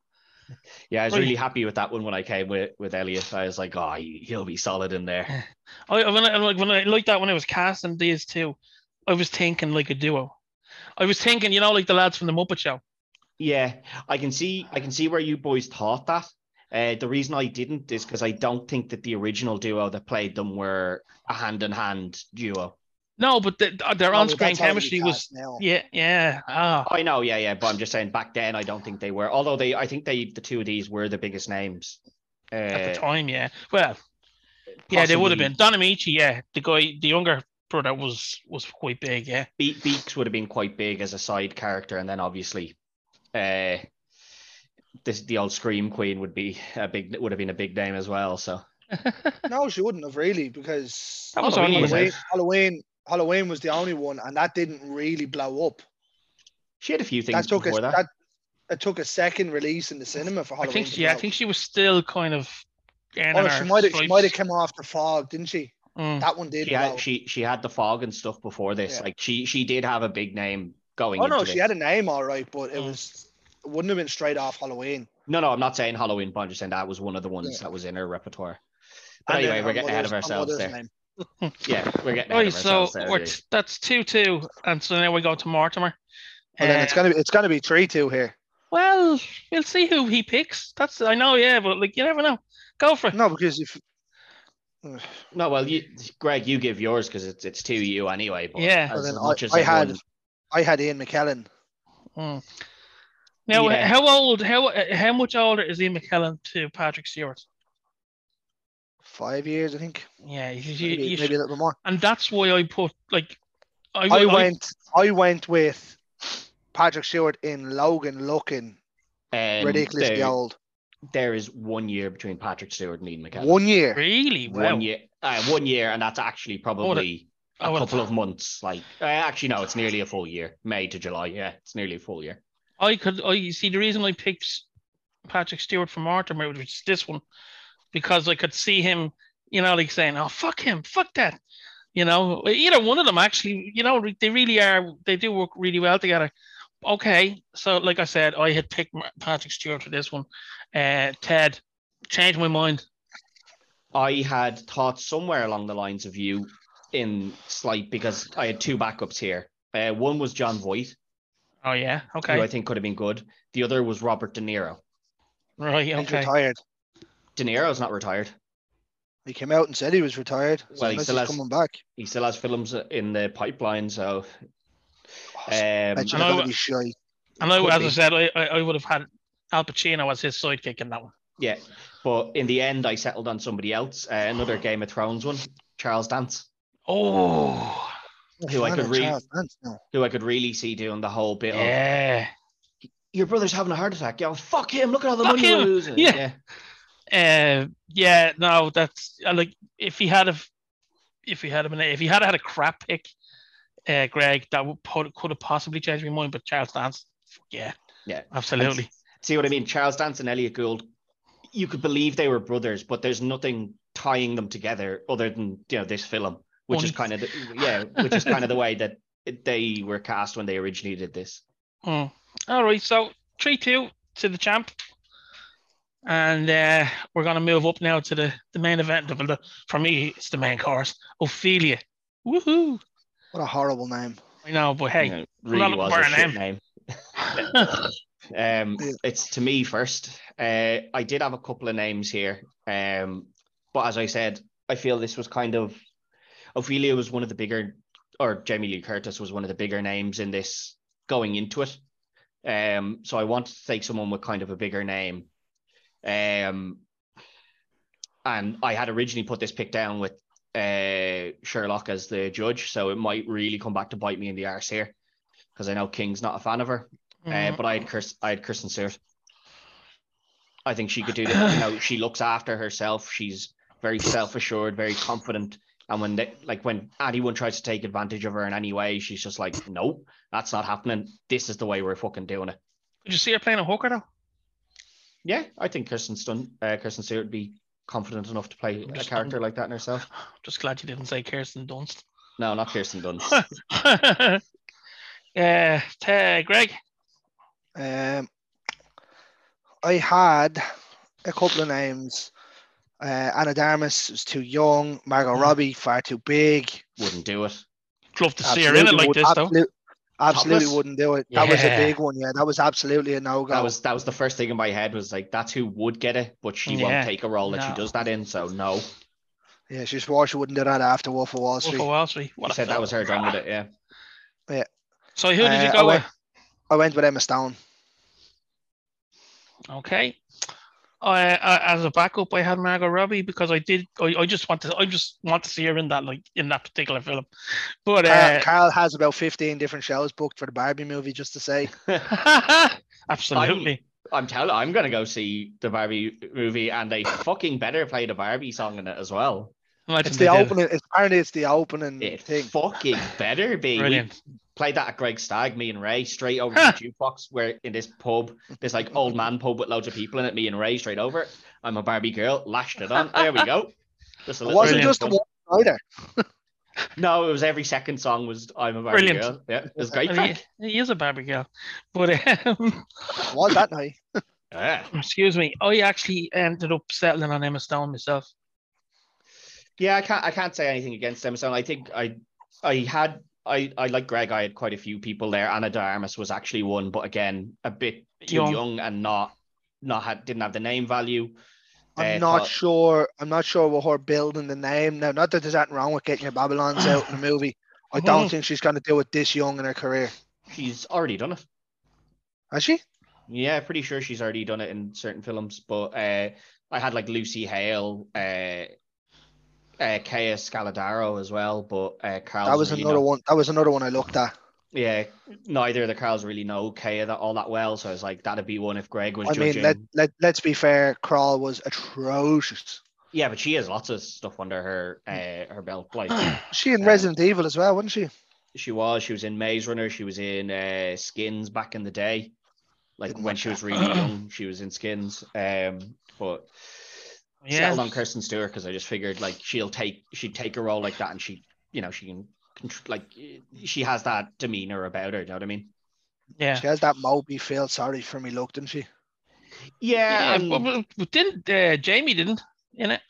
Speaker 3: Yeah, I was
Speaker 1: Right.
Speaker 3: really happy with that one when I came with with Elliot. I was like, oh, he- he'll be solid in there.
Speaker 1: I when I like when I like that when I was casting these two, I was thinking like a duo. I was thinking, you know, like the lads from the Muppet Show.
Speaker 3: Yeah, I can see I can see where you boys thought that. Uh, the reason I didn't is because I don't think that the original duo that played them were a hand in hand duo.
Speaker 1: No, but the, uh, their
Speaker 2: Oh,
Speaker 1: on-screen
Speaker 2: that's already
Speaker 1: chemistry was
Speaker 2: cast now.
Speaker 1: yeah, yeah. Ah,
Speaker 3: I know, yeah, yeah, but I'm just saying back then I don't think they were. Although they, I think they, the two of these were the biggest names. Uh,
Speaker 1: at the time, yeah. Well, yeah, they would have been. Don Amici, yeah, the guy, the younger brother was was quite big, yeah.
Speaker 3: Be- Beaks would have been quite big as a side character, and then obviously, uh, this the old Scream Queen would be a big would have been a big name as well. So
Speaker 2: No, she wouldn't have really because
Speaker 1: That was
Speaker 3: Halloween
Speaker 1: only
Speaker 3: was
Speaker 2: Halloween, Halloween Halloween was the only one, and that didn't really blow up.
Speaker 3: she had a few
Speaker 2: That
Speaker 3: things
Speaker 2: took a,
Speaker 3: before
Speaker 2: that.
Speaker 3: that.
Speaker 2: it took a second release in the cinema for
Speaker 1: I
Speaker 2: Halloween.
Speaker 1: think
Speaker 2: to
Speaker 1: she, yeah, I
Speaker 2: blow.
Speaker 1: think she was still kind of. earning
Speaker 2: Oh,
Speaker 1: her
Speaker 2: she might have she
Speaker 1: stripes.
Speaker 2: might have come off the fog, didn't she?
Speaker 1: Mm.
Speaker 2: That one did.
Speaker 3: she had
Speaker 2: blow.
Speaker 3: Hmm. she she had the fog and stuff before this.
Speaker 2: Yeah.
Speaker 3: Like she she did have a big name going.
Speaker 2: oh no,
Speaker 3: into
Speaker 2: she
Speaker 3: this.
Speaker 2: had a name all right, but it
Speaker 1: Mm.
Speaker 2: was it wouldn't have been straight off Halloween.
Speaker 3: No, no, I'm not saying Halloween, but I'm just saying that was one of the ones that was in her repertoire. But
Speaker 2: And
Speaker 3: anyway,
Speaker 2: then
Speaker 3: we're
Speaker 2: her
Speaker 3: getting ahead of
Speaker 2: mother's- her
Speaker 3: ourselves
Speaker 2: mother's
Speaker 3: there.
Speaker 2: name.
Speaker 3: Yeah, we're getting ahead
Speaker 1: Right,
Speaker 3: of
Speaker 1: so
Speaker 3: ourselves there.
Speaker 1: we're, t- that's two two, and so now we go to Mortimer.
Speaker 2: Well, then it's
Speaker 1: Uh,
Speaker 2: gonna be it's gonna be three two here.
Speaker 1: well, we'll see who he picks. That's I know, yeah, but like you never know. Go for it.
Speaker 2: No, because if
Speaker 3: No, well, you, Greg, you give yours because it's it's to you anyway. But
Speaker 1: Yeah.
Speaker 2: Well,
Speaker 3: as
Speaker 2: then I-
Speaker 3: much as
Speaker 2: I had-
Speaker 3: everyone-
Speaker 2: I had Ian McKellen,
Speaker 1: Mm. Now,
Speaker 3: Yeah.
Speaker 1: how old? How uh, how much older is Ian McKellen to Patrick Stewart?
Speaker 2: five years I think,
Speaker 1: Yeah, you- you-
Speaker 2: maybe,
Speaker 1: you-
Speaker 2: maybe a little bit more.
Speaker 1: and that's why I put like I,
Speaker 2: I
Speaker 1: I-
Speaker 2: went I went with Patrick Stewart in Logan looking
Speaker 3: um,
Speaker 2: ridiculously
Speaker 3: there-
Speaker 2: old.
Speaker 3: there is one year between Patrick Stewart and Ian McKellen.
Speaker 2: One year.
Speaker 1: really
Speaker 3: One
Speaker 1: wow.
Speaker 3: year, uh, one year, and that's actually probably
Speaker 1: I
Speaker 3: a
Speaker 1: would've-
Speaker 3: couple of months. Like, uh, actually, no, it's nearly a full year. May to July. Yeah, it's nearly a full year.
Speaker 1: I could I you see the reason I picked Patrick Stewart for Mortimer, which is this one, because I could see him, you know, like saying, "Oh fuck him, fuck that," you know. Either one of them actually, you know, they really are. They do work really well together. Okay, so like I said, I had picked Ma- Patrick Stewart for this one. Uh, Ted changed my mind.
Speaker 3: I had thought somewhere along the lines of you in slight because I had two backups here. Uh, one was John Voight,
Speaker 1: Oh yeah,
Speaker 3: who
Speaker 1: okay,
Speaker 3: I think could have been good. The other was Robert De Niro.
Speaker 1: right,
Speaker 2: He's
Speaker 1: okay.
Speaker 2: retired.
Speaker 3: De Niro's not retired.
Speaker 2: He came out and said he was retired. So
Speaker 3: Well, he
Speaker 2: unless
Speaker 3: still
Speaker 2: he's
Speaker 3: has-
Speaker 2: coming back.
Speaker 3: He still has films in the pipeline, so
Speaker 2: Oh,
Speaker 3: um,
Speaker 2: bet you're
Speaker 1: I know-
Speaker 2: gonna be shy.
Speaker 1: And I,
Speaker 3: could
Speaker 1: as
Speaker 3: be.
Speaker 1: I said, I, I, I would have had Al Pacino as his sidekick in that one.
Speaker 3: yeah. But in the end, I settled on somebody else. Uh, another Game of Thrones one, Charles Dance,
Speaker 1: Oh,
Speaker 3: who I
Speaker 2: Fan
Speaker 3: could
Speaker 2: of
Speaker 3: read.
Speaker 2: Charles Dance now.
Speaker 3: who I could really see doing the whole bit of
Speaker 1: yeah.
Speaker 3: your brother's having a heart attack. Yeah, fuck him. Look at all the
Speaker 1: Fuck
Speaker 3: money we're
Speaker 1: him.
Speaker 3: losing.
Speaker 1: Yeah. Uh, yeah, no, that's uh, like if he had have, if he had have been, if he had had a crap pick, uh, Greg, that would put, could have possibly changed my mind. But Charles Dance, fuck yeah,
Speaker 3: Yeah.
Speaker 1: absolutely.
Speaker 3: See what I mean? Charles Dance and Elliot Gould, you could believe they were brothers, but there's nothing tying them together other than you know this film, which is
Speaker 1: Funny.
Speaker 3: kind of the, yeah, which is kind of the way that they were cast when they originally did this.
Speaker 1: Mm. All right, so three two to the champ, and uh, we're gonna move up now to the the main event. Well, the- For me, it's the main course. Ophelia, woohoo!
Speaker 2: What a horrible name.
Speaker 1: I know, but hey,
Speaker 3: You know, really
Speaker 1: not
Speaker 3: was
Speaker 1: for
Speaker 3: a
Speaker 1: a
Speaker 3: shit name.
Speaker 1: yeah,
Speaker 3: Um,
Speaker 2: Yeah.
Speaker 3: it's to me first. Uh, I did have a couple of names here, um, but as I said, I feel this was kind of Ophelia was one of the bigger, or Jamie Lee Curtis was one of the bigger names in this going into it. Um, so I wanted to take someone with kind of a bigger name. Um, and I had originally put this pick down with uh, Sherlock as the judge, so it might really come back to bite me in the arse here because I know King's not a fan of her.
Speaker 1: Mm. Mm-hmm.
Speaker 3: Uh, but I had Chris, I had Kristen Stewart. I think she could do that. You know, she looks after herself. She's very self-assured, very confident. And when they, like when anyone tries to take advantage of her in any way, she's just like, no, that's not happening. This is the way we're fucking doing it.
Speaker 1: Did you see her playing a hooker though?
Speaker 3: Yeah, I think Kristen Stun, uh, Kristen Stewart would be confident enough to play a
Speaker 1: Just-
Speaker 3: character like that in herself.
Speaker 1: Just glad you didn't say Kirsten Dunst.
Speaker 3: No, not Kirsten Dunst.
Speaker 1: uh, t- Greg.
Speaker 2: Um, I had a couple of names. Uh, Anna Darmus was too young. Margot
Speaker 1: Mm.
Speaker 2: Robbie far too big.
Speaker 3: Wouldn't do it.
Speaker 1: Love to see her in it like
Speaker 2: would-
Speaker 1: this, though.
Speaker 2: absolute- Absolutely
Speaker 3: Topless?
Speaker 2: wouldn't do it. That was a
Speaker 1: Yeah.
Speaker 2: big one. Yeah, that was absolutely a no
Speaker 3: That
Speaker 2: go.
Speaker 3: was that was the first thing in my head was like, that's who would get it, but she
Speaker 1: Yeah.
Speaker 3: won't take a role that
Speaker 1: No.
Speaker 3: she does that in. So no,
Speaker 2: Yeah, she swore she wouldn't do that after Wolf of Wall
Speaker 1: Wolf
Speaker 2: Street.
Speaker 1: of Wall Street. What
Speaker 3: I
Speaker 1: a
Speaker 3: said that
Speaker 1: film.
Speaker 3: was her done with it. Yeah.
Speaker 1: So who did you
Speaker 2: Uh,
Speaker 3: oh,
Speaker 1: go
Speaker 2: I
Speaker 1: with?
Speaker 2: went- I went with Emma Stone.
Speaker 1: Okay. I, I, as a backup, I had Margot Robbie because I did. I, I just want to. I just want to see her in that, like in that particular film. But
Speaker 2: Carl,
Speaker 1: uh,
Speaker 2: Carl has about 15 different shows booked for the Barbie movie, just to say.
Speaker 1: uh, absolutely,
Speaker 3: I'm telling. I'm gonna go see the Barbie movie, and they fucking better play the Barbie song in it as well.
Speaker 1: Imagine
Speaker 2: It's
Speaker 1: they
Speaker 2: the
Speaker 1: did.
Speaker 2: opening. It's apparently it's the opening
Speaker 3: It
Speaker 2: thing.
Speaker 3: fucking better be. We
Speaker 1: Brilliant.
Speaker 3: played that at Greg Stagg, me and Ray, straight over
Speaker 1: Huh.
Speaker 3: to the jukebox. We're in this pub, this like old man pub with loads of people in it. Me and Ray, straight over. it. I'm a Barbie girl. Lashed it on. There we go. Just a
Speaker 2: It
Speaker 3: little
Speaker 2: wasn't
Speaker 3: bit
Speaker 1: Brilliant.
Speaker 2: just the
Speaker 3: of
Speaker 2: one either.
Speaker 3: fun. No, it was every second song was "I'm a Barbie
Speaker 1: Brilliant.
Speaker 3: Girl." Yeah, it was a great.
Speaker 1: And
Speaker 3: Track.
Speaker 1: He, he is a Barbie girl, but um,
Speaker 2: It was that night.
Speaker 3: Yeah.
Speaker 1: excuse me, I actually ended up settling on Emma Stone myself.
Speaker 3: Yeah, I can't I can't say anything against them. So I think I I had I, I like Greg, I had quite a few people there. Anna De Armas was actually one, but again, a bit too
Speaker 1: Young.
Speaker 3: young, and not not had didn't have the name value.
Speaker 2: I'm
Speaker 3: Uh,
Speaker 2: not
Speaker 3: but-
Speaker 2: sure. I'm not sure what her building the name now. Not that there's anything wrong with getting your Babylon's out in a movie. I don't
Speaker 1: Mhm.
Speaker 2: think she's going to do it this young in her career.
Speaker 3: She's already done it.
Speaker 2: Has she?
Speaker 3: Yeah, pretty sure she's already done it in certain films. But uh I had like Lucy Hale, uh uh Kea Scaladario as well, but uh Carl's
Speaker 2: that was
Speaker 3: really
Speaker 2: another
Speaker 3: not-
Speaker 2: one. That was another one I looked at.
Speaker 3: Yeah, neither of the Carls really know Kea that all that well. So I was like, that'd be one if Greg was
Speaker 2: I
Speaker 3: judging.
Speaker 2: mean, let, let let's be fair. Crawl was atrocious.
Speaker 3: Yeah, but she has lots of stuff under her uh, her belt. Like
Speaker 2: She in
Speaker 3: Yeah.
Speaker 2: Resident Evil as well, wasn't she?
Speaker 3: she was, she was in Maze Runner, she was in uh, Skins back in the day. Like
Speaker 2: Didn't
Speaker 3: when
Speaker 2: watch
Speaker 3: she was really young, she was in Skins. Um, but yeah.
Speaker 1: Yeah,
Speaker 3: settled on Kirsten Stewart because I just figured like she'll take she'd take a role like that, and she you know she can contr- like she has that demeanor about her. You know what I mean?
Speaker 1: yeah.
Speaker 2: She has that Moby feel. Sorry for me, look, didn't she?
Speaker 1: Yeah,
Speaker 3: Yeah, and-
Speaker 1: but, but- but didn't uh, Jamie didn't in it?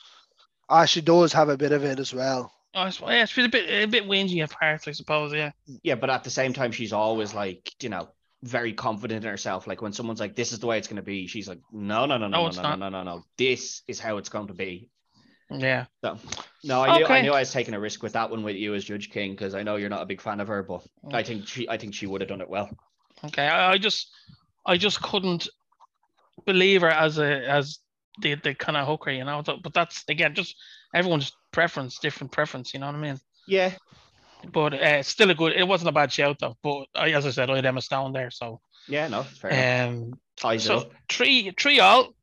Speaker 2: Ah, she does have a bit of it as well.
Speaker 1: Oh, I suppose, yeah, she was a bit a bit whingy at parts, I suppose. Yeah,
Speaker 3: yeah, but at the same time, she's always like you know very confident in herself. Like when someone's like, "This is the way it's going to be," she's like, "No, no, no,
Speaker 1: No,
Speaker 3: no, no,
Speaker 1: it's
Speaker 3: no, no,
Speaker 1: not.
Speaker 3: no, no, no. This is how it's going to be."
Speaker 1: yeah.
Speaker 3: So, no, I knew I
Speaker 1: Okay.
Speaker 3: knew I was taking a risk with that one with you as Judge King because I know you're not a big fan of her, but I think she I think she would have done it well.
Speaker 1: Okay, I, I just I just couldn't believe her as a as the the kind of hooker, you know. But that's again just everyone's preference, different preference. You know what I mean?
Speaker 3: Yeah,
Speaker 1: But uh, still a good. It wasn't a bad shout though. But I, as I said, I had Emma Stone there, so
Speaker 3: yeah, no, fair enough.
Speaker 1: um,
Speaker 3: Ties it
Speaker 1: so
Speaker 3: up.
Speaker 1: three three all.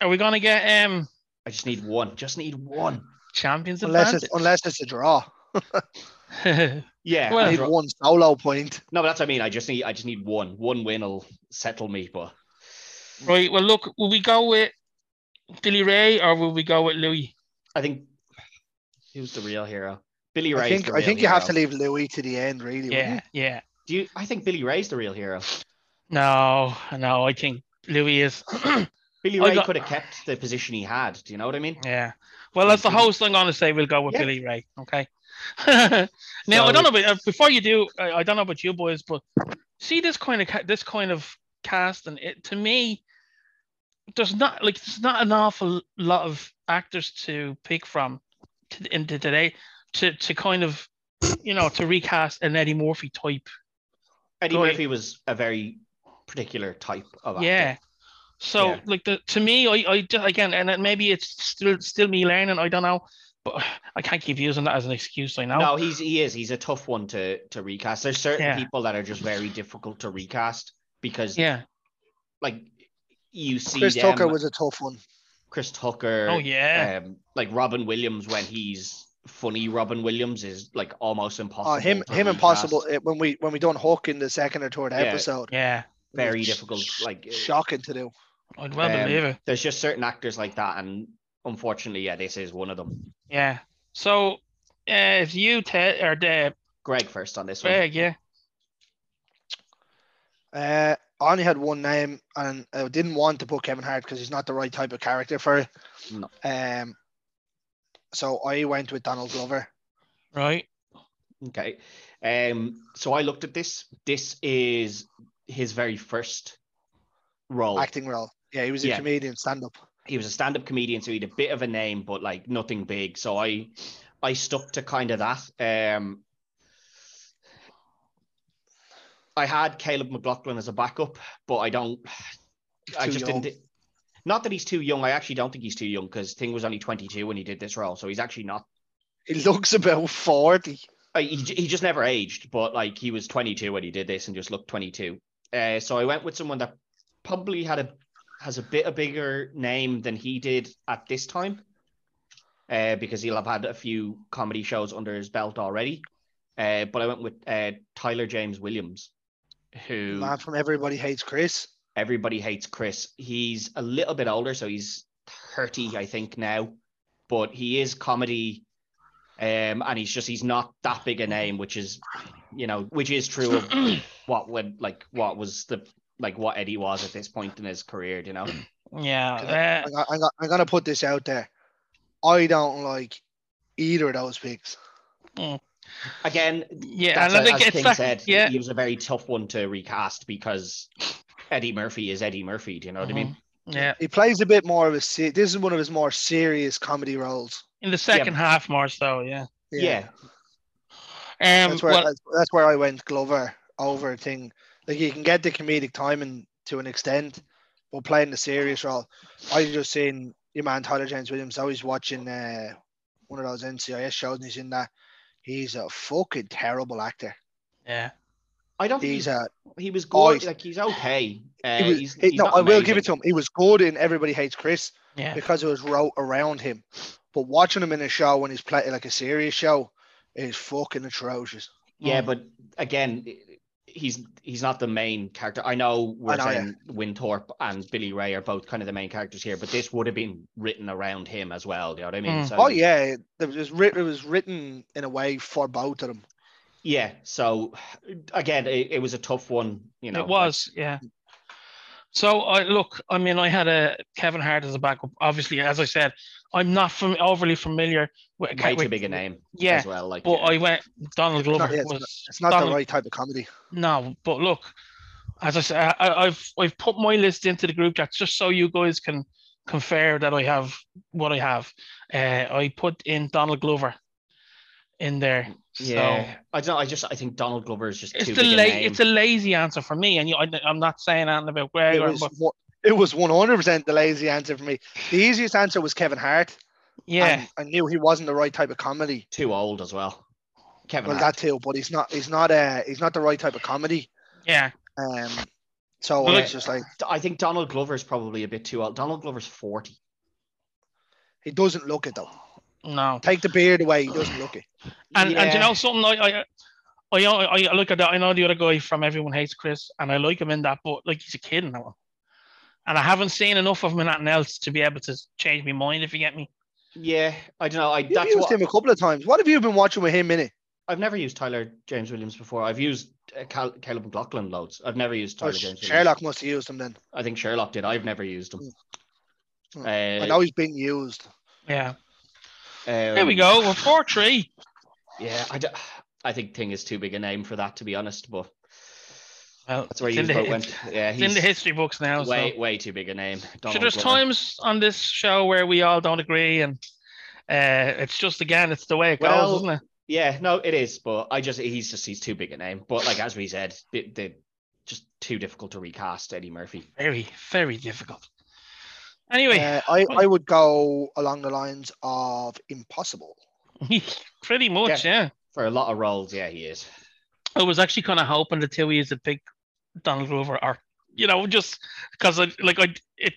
Speaker 1: Are we gonna get um
Speaker 3: I just need one. Just need one.
Speaker 1: champions
Speaker 2: Unless
Speaker 1: advantage?
Speaker 2: it's unless it's a draw.
Speaker 3: Yeah.
Speaker 1: Well-
Speaker 3: I
Speaker 2: Need
Speaker 3: dro-
Speaker 2: one solo point.
Speaker 3: no, but that's what I mean. I just need I just need one. One win will settle me, but
Speaker 1: right. Well, look, will we go with Billy Ray or will we go with Louis?
Speaker 3: I think who's the real hero? Billy Ray.
Speaker 2: I think I think you have to leave Louis to the end, really. wouldn't
Speaker 1: Yeah,
Speaker 2: you?
Speaker 1: yeah.
Speaker 3: Do you I think Billy Ray's the real hero.
Speaker 1: No, no. I think Louis is.
Speaker 3: Billy
Speaker 1: I
Speaker 3: Ray
Speaker 1: got-
Speaker 3: could have kept the position he had. Do you know what I mean?
Speaker 1: yeah. Well, as the host, I'm gonna say we'll go with
Speaker 3: Yeah.
Speaker 1: Billy Ray. Okay. now I don't know, but uh, before you do, I, I don't know about you boys, but see this kind of ca- this kind of cast, and it to me, there's not like there's not an awful lot of actors to pick from to, into today to to kind of you know to recast an Eddie Murphy type.
Speaker 3: Eddie
Speaker 1: Right.
Speaker 3: Murphy was a very particular type of actor.
Speaker 1: Yeah. So
Speaker 3: Yeah.
Speaker 1: like the to me, I I just, again, and it, maybe it's still still me learning. I don't know, but I can't keep using that as an excuse. I know.
Speaker 3: No, he's he is. He's a tough one to to recast. There's certain
Speaker 1: Yeah.
Speaker 3: people that are just very difficult to recast because
Speaker 1: Yeah.
Speaker 3: like you see
Speaker 2: Chris
Speaker 3: them,
Speaker 2: Tucker was a tough one.
Speaker 3: Chris Tucker.
Speaker 1: Oh yeah.
Speaker 3: Um, like Robin Williams when he's funny. Robin Williams is like almost impossible.
Speaker 2: Oh, him,
Speaker 3: to
Speaker 2: him,
Speaker 3: recast.
Speaker 2: impossible. It, when we when we done Hawk in the second or third
Speaker 3: Yeah.
Speaker 2: episode,
Speaker 1: yeah.
Speaker 2: it was
Speaker 3: Very
Speaker 2: sh-
Speaker 3: difficult.
Speaker 2: sh-
Speaker 3: Like uh,
Speaker 2: shocking to do.
Speaker 1: I'd well
Speaker 3: um,
Speaker 1: believe it.
Speaker 3: there's just certain actors like that, and unfortunately, yeah, this is one of them.
Speaker 1: Yeah. So uh, if you Ted or the
Speaker 3: Greg first on this one.
Speaker 1: Greg, yeah.
Speaker 2: Uh, I only had one name, and I didn't want to put Kevin Hart because he's not the right type of character for it.
Speaker 3: No.
Speaker 2: Um, so I went with Donald Glover.
Speaker 1: Right.
Speaker 3: Okay. Um, so I looked at this. This is his very first role.
Speaker 2: acting role. Yeah, he was a
Speaker 3: Oh. Yeah.
Speaker 2: comedian, stand up.
Speaker 3: He was a stand-up comedian, so he had a bit of a name, but like nothing big. So I I stuck to kind of that. Um I had Caleb McLaughlin as a backup, but I don't I
Speaker 2: Too
Speaker 3: just
Speaker 2: young.
Speaker 3: didn't not that he's too young. I actually don't think he's too young because Thing was only 22 when he did this role. So he's actually not
Speaker 2: He looks about forty.
Speaker 3: I- Uh, he, j- he just never aged, but like he was 22 when he did this and just looked 22. Uh, so I went with someone that probably had a has a bit a bigger name than he did at this time, uh, because he'll have had a few comedy shows under his belt already. Uh, but I went with uh, Tyler James Williams, who
Speaker 2: Man from Everybody Hates Chris.
Speaker 3: everybody hates Chris. He's a little bit older, so he's 30, I think, now, but he is comedy. Um, and he's just he's not that big a name, which is you know, which is true of what would like what was the like what Eddie was at this point in his career, you know.
Speaker 1: yeah. Uh,
Speaker 2: I'm, go- I'm, go- I'm gonna put this out there. I don't like either of those picks.
Speaker 3: Again,
Speaker 1: uh, yeah.
Speaker 3: that's
Speaker 1: And I
Speaker 3: a-
Speaker 1: think
Speaker 3: as
Speaker 1: it's
Speaker 3: King
Speaker 1: that.
Speaker 3: said,
Speaker 1: yeah.
Speaker 3: he was a very tough one to recast because Eddie Murphy is Eddie Murphy, do you know what I mean?
Speaker 1: Mm-hmm. Yeah.
Speaker 2: He plays a bit more of a. Se- this is one of his more serious comedy roles.
Speaker 1: In the second half, more so. Yeah.
Speaker 3: Yeah.
Speaker 1: Um,
Speaker 2: that's where
Speaker 1: well,
Speaker 2: that's, that's where I went Glover over thing. Like you can get the comedic timing to an extent, but playing the serious role, I just seen your man Tyler James Williams. I was watching uh, one of those NCIS shows, and he's in that. He's a fucking terrible actor.
Speaker 1: yeah.
Speaker 3: I don't think
Speaker 2: He's
Speaker 3: he's,
Speaker 2: a.
Speaker 3: he was
Speaker 2: Oh,
Speaker 3: good.
Speaker 2: he's-
Speaker 3: like he's okay. Uh,
Speaker 2: He was,
Speaker 3: he's,
Speaker 2: he-
Speaker 3: he's
Speaker 2: no,
Speaker 3: not
Speaker 2: I will give
Speaker 3: amazing.
Speaker 2: it to him. He was good in Everybody Hates Chris
Speaker 1: Yeah.
Speaker 2: because it was wrote around him. But watching him in a show when he's playing like a serious show is fucking atrocious.
Speaker 3: Yeah,
Speaker 1: Mm.
Speaker 3: but again, he's he's not the main character. I know we're
Speaker 2: I know, yeah.
Speaker 3: saying Winthorpe and Billy Ray are both kind of the main characters here, but this would have been written around him as well. You know what I mean?
Speaker 1: Mm.
Speaker 3: So,
Speaker 2: Oh yeah, it was writ- it was written in a way for both of them.
Speaker 3: yeah. So again, it, it was a tough one. You know,
Speaker 1: it was, yeah. So I look, I mean, I had a Kevin Hart as a backup. Obviously, as I said, I'm not fam- overly familiar with
Speaker 3: like, way
Speaker 1: with-
Speaker 3: too big a name
Speaker 1: Yeah,
Speaker 3: as well. Like,
Speaker 1: but
Speaker 3: yeah.
Speaker 1: I went Donald Glover
Speaker 2: not- yeah, it's
Speaker 1: was
Speaker 2: It's not
Speaker 1: Donald,
Speaker 2: the right type of comedy.
Speaker 1: No, but look, as I said, I- I, I've I've put my list into the group chat just so you guys can confer that I have what I have. Uh, I put in Donald Glover in there. So
Speaker 3: yeah, I don't. know, I just I think Donald Glover is just
Speaker 1: it's
Speaker 3: too
Speaker 1: the
Speaker 3: big a
Speaker 1: la-
Speaker 3: name.
Speaker 1: it's a lazy answer for me, and you, I, I'm not saying anything about Greg.
Speaker 2: It
Speaker 1: Or,
Speaker 2: was,
Speaker 1: but
Speaker 2: one- it was 100% the lazy answer for me. The easiest answer was Kevin Hart.
Speaker 1: yeah,
Speaker 2: and I knew he wasn't the right type of comedy.
Speaker 3: too old as well. Kevin.
Speaker 2: Well,
Speaker 3: Hart.
Speaker 2: that too, but he's not. He's not. Uh, he's not the right type of comedy.
Speaker 1: yeah,
Speaker 2: Um, so
Speaker 1: Well,
Speaker 2: I
Speaker 1: like-
Speaker 2: was just like,
Speaker 3: I think Donald Glover is probably a bit too old. Donald Glover's forty.
Speaker 2: he doesn't look it though.
Speaker 1: no.
Speaker 2: Take the beard away, he doesn't look it.
Speaker 1: And and you
Speaker 3: Yeah.
Speaker 1: know something, I I, I I I look at that. I know the other guy from Everyone Hates Chris, and I like him in that, but like he's a kid now, and I haven't seen enough of him in anything else to be able to change my mind. If you get me,
Speaker 3: Yeah, I don't know. I
Speaker 2: You've
Speaker 3: that's
Speaker 2: used
Speaker 3: what
Speaker 2: him a couple of times. What have you been watching with him in it?
Speaker 3: I've never used Tyler James Williams before. I've used uh, Cal- Caleb McLaughlin loads. I've never used
Speaker 2: Oh,
Speaker 3: Tyler James. Williams.
Speaker 2: Sherlock must have used him then.
Speaker 3: I think Sherlock did. I've never used him.
Speaker 2: Mm. I know
Speaker 3: Uh,
Speaker 2: he's been used.
Speaker 1: yeah. There
Speaker 3: there
Speaker 1: we go. We're four three.
Speaker 3: Yeah, I, d- I think Thing is too big a name for that, to be honest. But
Speaker 1: Well,
Speaker 3: that's where
Speaker 1: it's
Speaker 3: you
Speaker 1: in, the,
Speaker 3: both
Speaker 1: it's,
Speaker 3: went. Yeah,
Speaker 1: it's in the
Speaker 3: he's
Speaker 1: history books now. So.
Speaker 3: way way too big a name.
Speaker 1: so
Speaker 3: Donald
Speaker 1: there's
Speaker 3: Glover.
Speaker 1: times on this show where we all don't agree, and uh, it's just again, it's the way it
Speaker 3: Well,
Speaker 1: goes, isn't it?
Speaker 3: Yeah, no, it is. But I just he's just he's too big a name. But like as we said, they, they just too difficult to recast Eddie Murphy.
Speaker 1: Very, very difficult. Anyway,
Speaker 2: Uh, I, I would go along the lines of impossible.
Speaker 1: pretty much, yeah.
Speaker 3: For a lot of roles, yeah, he is.
Speaker 1: I was actually kind of hoping the two years would pick Donald Glover, or you know, just because I like I it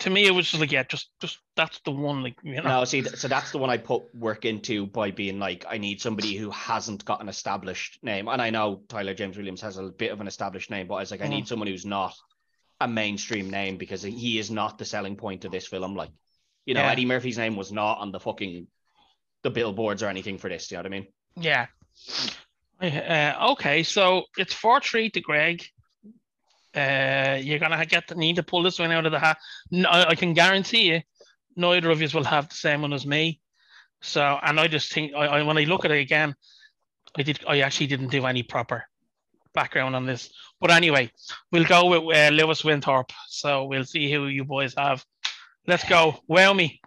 Speaker 1: to me it was just like yeah, just just that's the one like you know
Speaker 3: No, see, th- so that's the one I put work into by being like, I need somebody who hasn't got an established name. And I know Tyler James Williams has a bit of an established name, but I was like, I
Speaker 1: Mm.
Speaker 3: need someone who's not a mainstream name because he is not the selling point of this film. Like, you know,
Speaker 1: Yeah.
Speaker 3: Eddie Murphy's name was not on the fucking the billboards or anything for this. You know what I mean?
Speaker 1: yeah. Uh, okay, so it's four three to Greg. Uh, you're gonna get the need to pull this one out of the hat. No, I can guarantee you, neither of you will have the same one as me. So, and I just think I, I when I look at it again, I did I actually didn't do any proper background on this. But anyway, we'll go with uh, Lewis Winthorpe. So we'll see who you boys have. Let's go. Wow me.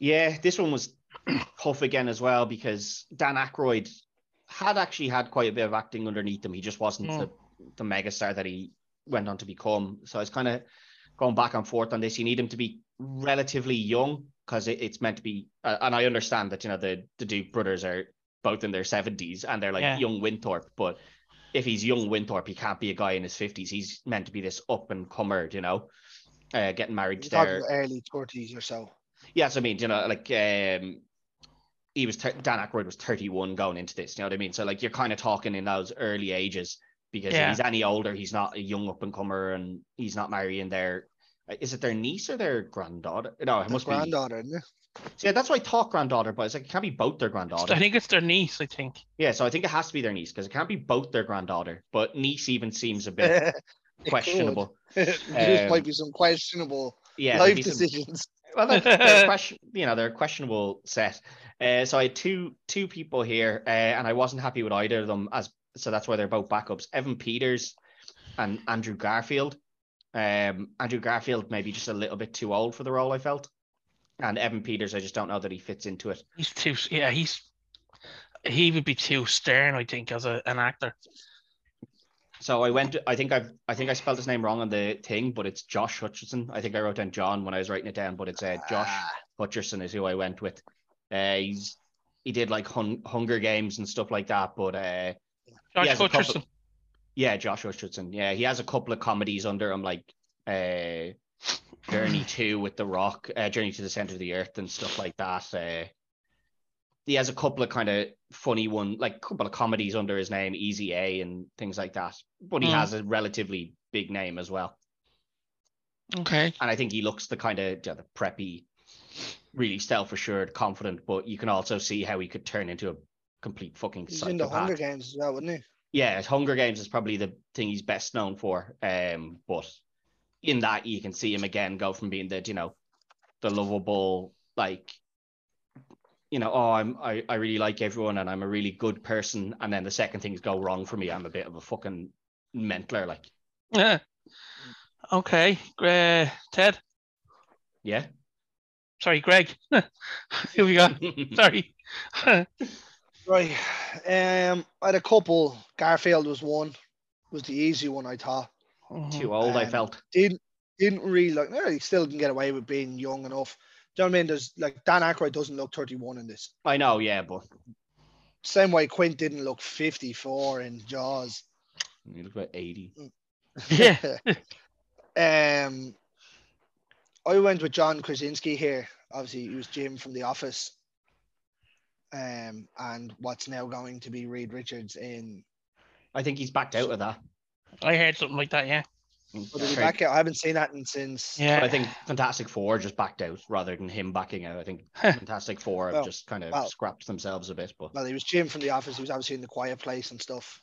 Speaker 3: Yeah, this one was tough again as well because Dan Aykroyd had actually had quite a bit of acting underneath him. He just wasn't
Speaker 1: Mm.
Speaker 3: the, the megastar that he went on to become. So it's kind of going back and forth on this. You need him to be relatively young because it, it's meant to be. Uh, and I understand that you know the the Duke brothers are both in their seventies and they're like
Speaker 1: Yeah.
Speaker 3: young Winthorpe, but if he's young Winthorpe, he can't be a guy in his fifties. He's meant to be this up and comer, you know. uh, getting married
Speaker 2: You're
Speaker 3: to
Speaker 2: talking
Speaker 3: their
Speaker 2: about early 30s or so.
Speaker 3: Yes, I mean, you know, like um, he was thir- Dan Aykroyd was 31 going into this. You know what I mean? So like you're kind of talking in those early ages because
Speaker 1: Yeah.
Speaker 3: if he's any older, he's not a young up and comer, and he's not marrying their. uh, Is it their niece or their granddaughter? No, it
Speaker 2: The
Speaker 3: must
Speaker 2: granddaughter, isn't it?
Speaker 3: be. Yeah, that's why I thought granddaughter, but it's like it can't be both their granddaughter.
Speaker 1: I think it's their niece. I think.
Speaker 3: yeah, so I think it has to be their niece because it can't be both their granddaughter. But niece even seems a bit
Speaker 2: could.
Speaker 3: questionable.
Speaker 2: there
Speaker 3: Um,
Speaker 2: might be some questionable
Speaker 3: Yeah, there'd
Speaker 2: life
Speaker 3: be some-
Speaker 2: decisions.
Speaker 3: well, they're, they're question, you know, they're a questionable set. Uh, so I had two two people here, uh, and I wasn't happy with either of them. As so that's why they're both backups: Evan Peters and Andrew Garfield. Um, Andrew Garfield maybe just a little bit too old for the role. I felt, and Evan Peters, I just don't know that he fits into it.
Speaker 1: He's too. Yeah, he's. He would be too stern, I think, as a, an actor.
Speaker 3: So I went. I think I've. I think I spelled his name wrong on the thing, but it's Josh Hutcherson. I think I wrote down John when I was writing it down, but it's uh, Josh.
Speaker 2: Ah,
Speaker 3: Hutcherson is who I went with. Uh, he's he did like hun- Hunger Games and stuff like that, but uh,
Speaker 1: George
Speaker 3: has a couple-
Speaker 1: Hutcherson.
Speaker 3: yeah, Josh Hutcherson. Yeah, he has a couple of comedies under him, like uh, Journey Two with The Rock, uh, Journey to the Center of the Earth, and stuff like that. Uh, he has a couple of kind of funny one, like couple of comedies under his name, Easy A and things like that. But he
Speaker 1: Hmm.
Speaker 3: has a relatively big name as well,
Speaker 1: Okay.
Speaker 3: and I think he looks the kind of yeah, the preppy, really self-assured, confident. But you can also see how he could turn into a complete fucking
Speaker 2: He's
Speaker 3: psychopath.
Speaker 2: in the Hunger Games as well, wouldn't
Speaker 3: yeah, Hunger Games is probably the thing he's best known for. Um, but in that you can see him again go from being the you know the lovable like you know oh I'm I, I really like everyone and I'm a really good person and then the second things go wrong for me I'm a bit of a fucking mentler like Mm.
Speaker 1: Yeah. Okay. Uh, Ted.
Speaker 3: yeah
Speaker 1: Sorry, Greg. Here we go.
Speaker 3: Mm.
Speaker 1: Sorry.
Speaker 2: he? Right. Um, I had a couple. Garfield was one. Was the easy one I thought.
Speaker 3: too old I
Speaker 2: Um,
Speaker 3: felt
Speaker 2: Didn't didn't really like. No, he still can get away with being young enough. Do you know what I mean? There's like Dan Aykroyd doesn't look 31 in this.
Speaker 3: I know yeah but
Speaker 2: Same way Quint didn't look 54 in Jaws.
Speaker 3: you look about 80
Speaker 1: Yeah.
Speaker 2: um, I went with John Krasinski here. Obviously, he was Jim from The Office. Um, and what's now going to be Reed Richards in.
Speaker 3: I think he's backed out of that Mm,
Speaker 1: I heard something like that. Yeah.
Speaker 2: What did he back out? I haven't seen that in since.
Speaker 1: Yeah.
Speaker 3: But I think Fantastic Four just backed out rather than him backing out. I think Fantastic Four have
Speaker 2: Well,
Speaker 3: just kind of
Speaker 2: well.
Speaker 3: scrapped themselves a bit. But
Speaker 2: Well, he was Jim from The Office. He was obviously in The Quiet Place and stuff.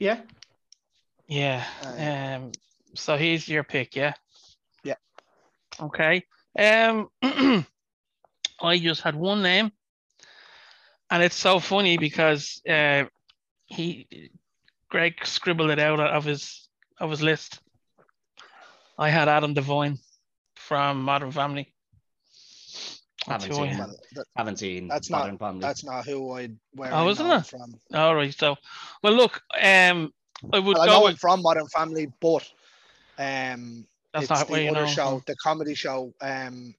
Speaker 3: yeah,
Speaker 1: Yeah.
Speaker 2: Uh,
Speaker 1: um. So here's your pick. Yeah.
Speaker 2: Yeah.
Speaker 1: Okay. Um. I just had one name, and it's so funny because uh, he, Greg, scribbled it out of his of his list. I had Adam Devine from Modern Family. That's
Speaker 3: haven't
Speaker 1: who I
Speaker 3: seen
Speaker 1: had.
Speaker 2: Well, that-
Speaker 3: haven't seen
Speaker 2: That's not-
Speaker 3: Modern Family.
Speaker 2: that's not who I'd where
Speaker 1: Oh,
Speaker 2: I
Speaker 1: isn't
Speaker 2: know him
Speaker 1: it?
Speaker 2: from.
Speaker 1: All right. So, well, look. Um, I would
Speaker 2: Well, I
Speaker 1: go.
Speaker 2: know him
Speaker 1: With,
Speaker 2: from Modern Family, but um,
Speaker 1: that's
Speaker 2: it's
Speaker 1: not
Speaker 2: the
Speaker 1: where you
Speaker 2: other
Speaker 1: know. him
Speaker 2: show,
Speaker 1: from.
Speaker 2: the comedy show. Um,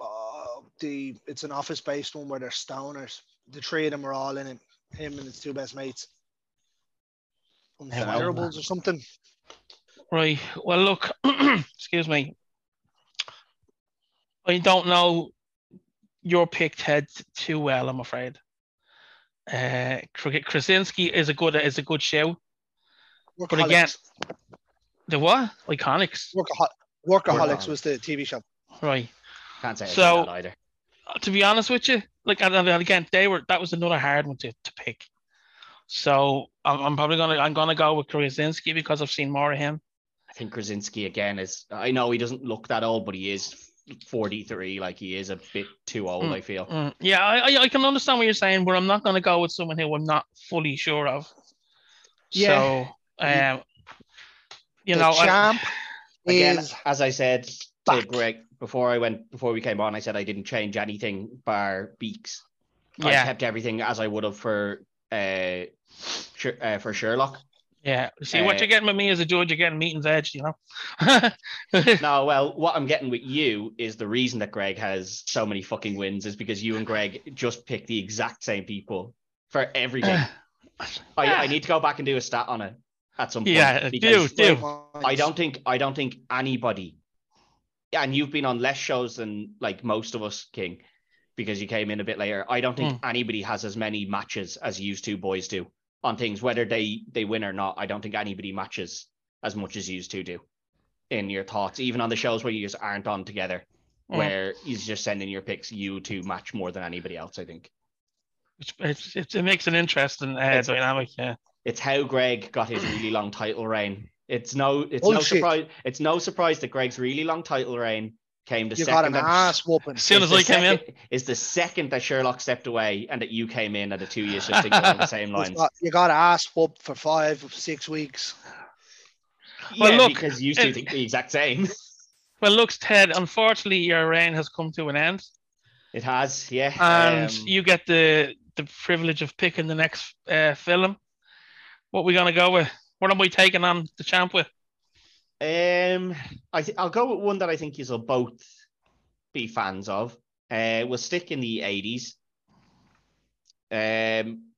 Speaker 2: uh, the it's an office-based one where they're stoners. The three of them are all in it. Him and his two best mates.
Speaker 1: well,
Speaker 2: Unfirables or something.
Speaker 1: Right. Well, look, excuse me. I don't know your pick, Ted, too well, I'm afraid. Uh, Kr- Krasinski is a good is a good show. But again-
Speaker 2: Workaholics.
Speaker 1: The what? Iconics.
Speaker 2: Workaho- Workaholics
Speaker 3: Workaholics.
Speaker 2: was the TV show.
Speaker 1: Right.
Speaker 3: Can't say I've
Speaker 1: So-
Speaker 3: seen that either.
Speaker 1: Uh, To be honest with you, like and, and again, they were that was another hard one to, to pick. So I'm, I'm probably gonna I'm gonna go with Krasinski because I've seen more of him.
Speaker 3: I think Krasinski again is. I know he doesn't look that old, but he is forty three. Like he is a bit too old.
Speaker 1: Mm.
Speaker 3: I feel.
Speaker 1: Mm, yeah, I, I I can understand what you're saying, but I'm not going to go with someone who I'm not fully sure of.
Speaker 2: Yeah.
Speaker 1: So, um, you
Speaker 2: the
Speaker 1: know, I-
Speaker 2: champ
Speaker 3: Again,
Speaker 2: is
Speaker 3: as I said to
Speaker 2: back.
Speaker 3: Greg before I went before we came on, I said I didn't change anything bar beaks. I
Speaker 1: yeah,
Speaker 3: kept everything as I would have for uh, Sher- uh for Sherlock.
Speaker 1: yeah. See
Speaker 3: Uh,
Speaker 1: what you're getting with me as a judge, you're getting meetings edge, you know.
Speaker 3: No, well, what I'm getting with you is the reason that Greg has so many fucking wins is because you and Greg just pick the exact same people for everything. I, I need to go back and do a stat on it. at some point.
Speaker 1: Yeah, do
Speaker 3: because
Speaker 1: do.
Speaker 3: I don't think I don't think anybody, and you've been on less shows than like most of us, King, because you came in a bit later. I don't think anybody has as many matches as you two boys do on things, whether they they win or not. I don't think anybody matches as much as you two do in your thoughts, even on the shows where you just aren't on together,
Speaker 1: Mm.
Speaker 3: where you just send in your picks. You two match more than anybody else. I think
Speaker 1: It's, it's, it's, it makes an interesting uh,
Speaker 3: It's-
Speaker 1: dynamic. Yeah.
Speaker 3: it's how Greg got his really long title reign. It's no, it's no
Speaker 2: Bullshit.
Speaker 3: surprise. It's no surprise that Greg's really long title reign came the
Speaker 2: You got
Speaker 3: second
Speaker 2: an
Speaker 3: that-
Speaker 2: ass whooping.
Speaker 1: As soon
Speaker 3: is
Speaker 1: as
Speaker 3: the
Speaker 1: I came in,
Speaker 3: second- is the second that Sherlock stepped away and that you came in and the two years just along the same
Speaker 2: You
Speaker 3: lines.
Speaker 2: got, you got ass whooped for five, six weeks.
Speaker 1: Well,
Speaker 3: yeah,
Speaker 1: look,
Speaker 3: because you two
Speaker 1: it-
Speaker 3: think the exact same.
Speaker 1: well, looks Ted. Unfortunately, your reign has come to an end,
Speaker 3: It has, yeah.
Speaker 1: and
Speaker 3: um,
Speaker 1: you get the the privilege of picking the next uh, film. What we gonna go with? What am we taking on the champ with?
Speaker 3: um, I th- I'll go with one that I think you'll both be fans of. Uh, we'll stick in the eighties. Um,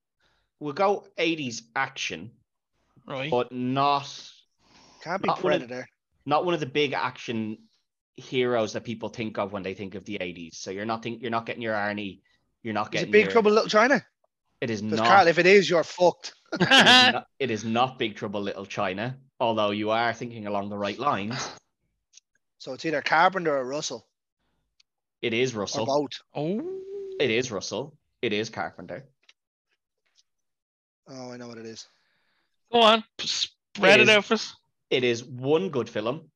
Speaker 3: we'll go eighties action,
Speaker 1: Right.
Speaker 3: but not
Speaker 2: Can't be
Speaker 3: Not one of-
Speaker 2: predator.
Speaker 3: not one of the big action heroes that people think of when they think of the 80s. So you're not think, you're not getting your Arnie, you're not
Speaker 2: Is
Speaker 3: getting
Speaker 2: it Big
Speaker 3: your-
Speaker 2: Trouble in Little China?
Speaker 3: It is
Speaker 2: Because
Speaker 3: not,
Speaker 2: Carl, if it is, you're fucked.
Speaker 3: it is not it is not Big Trouble Little China, although you are thinking along the right lines.
Speaker 2: So it's either Carpenter or Russell
Speaker 3: It is
Speaker 2: or
Speaker 3: Russell.
Speaker 2: both.
Speaker 1: oh.
Speaker 3: It is Russell. It is Carpenter.
Speaker 2: Oh, I know what it is.
Speaker 1: Go on. Spread
Speaker 3: It
Speaker 1: it,
Speaker 3: is-
Speaker 1: out for us.
Speaker 3: It is one good film,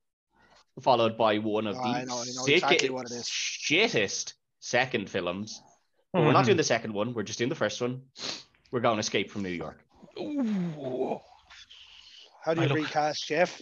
Speaker 3: followed by one of
Speaker 2: Oh,
Speaker 3: the
Speaker 2: I know- I know exactly
Speaker 3: sickest-
Speaker 2: what it is.
Speaker 3: shittest second films. But
Speaker 1: Hmm.
Speaker 3: we're not doing the second one. We're just doing the first one. We're going Escape from New York.
Speaker 1: Ooh.
Speaker 2: How do
Speaker 1: I
Speaker 2: you
Speaker 1: look-
Speaker 2: recast Chef?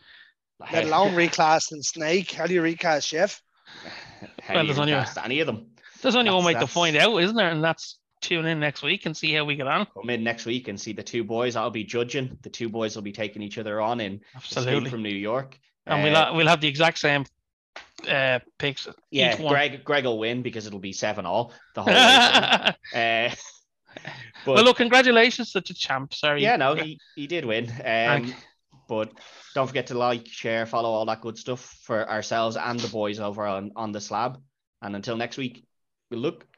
Speaker 2: Let
Speaker 3: Heck,
Speaker 2: alone recast and Snake. How do you recast Chef?
Speaker 3: How
Speaker 1: Well,
Speaker 3: do you
Speaker 1: there's only-
Speaker 3: recast any of them?
Speaker 1: There's only one way
Speaker 3: That's-
Speaker 1: to
Speaker 3: that's-
Speaker 1: find out, isn't there? And that's tune in next week and see how we get on.
Speaker 3: Come in next week and see the two boys. I'll be judging. The two boys will be taking each other on in Escape
Speaker 1: Absolutely.
Speaker 3: from New York. Uh,
Speaker 1: and we'll ha- we'll have the exact same uh, picks.
Speaker 3: yeah,
Speaker 1: each one.
Speaker 3: Greg Greg will win because it'll be seven all the whole. way
Speaker 1: well,
Speaker 3: through. uh, but
Speaker 1: look, congratulations to the champ. Sorry.
Speaker 3: yeah, no, he, he did win. Um,
Speaker 1: Thank-
Speaker 3: but don't forget to like, share, follow all that good stuff for ourselves and the boys over on on the slab. And until next week, good luck.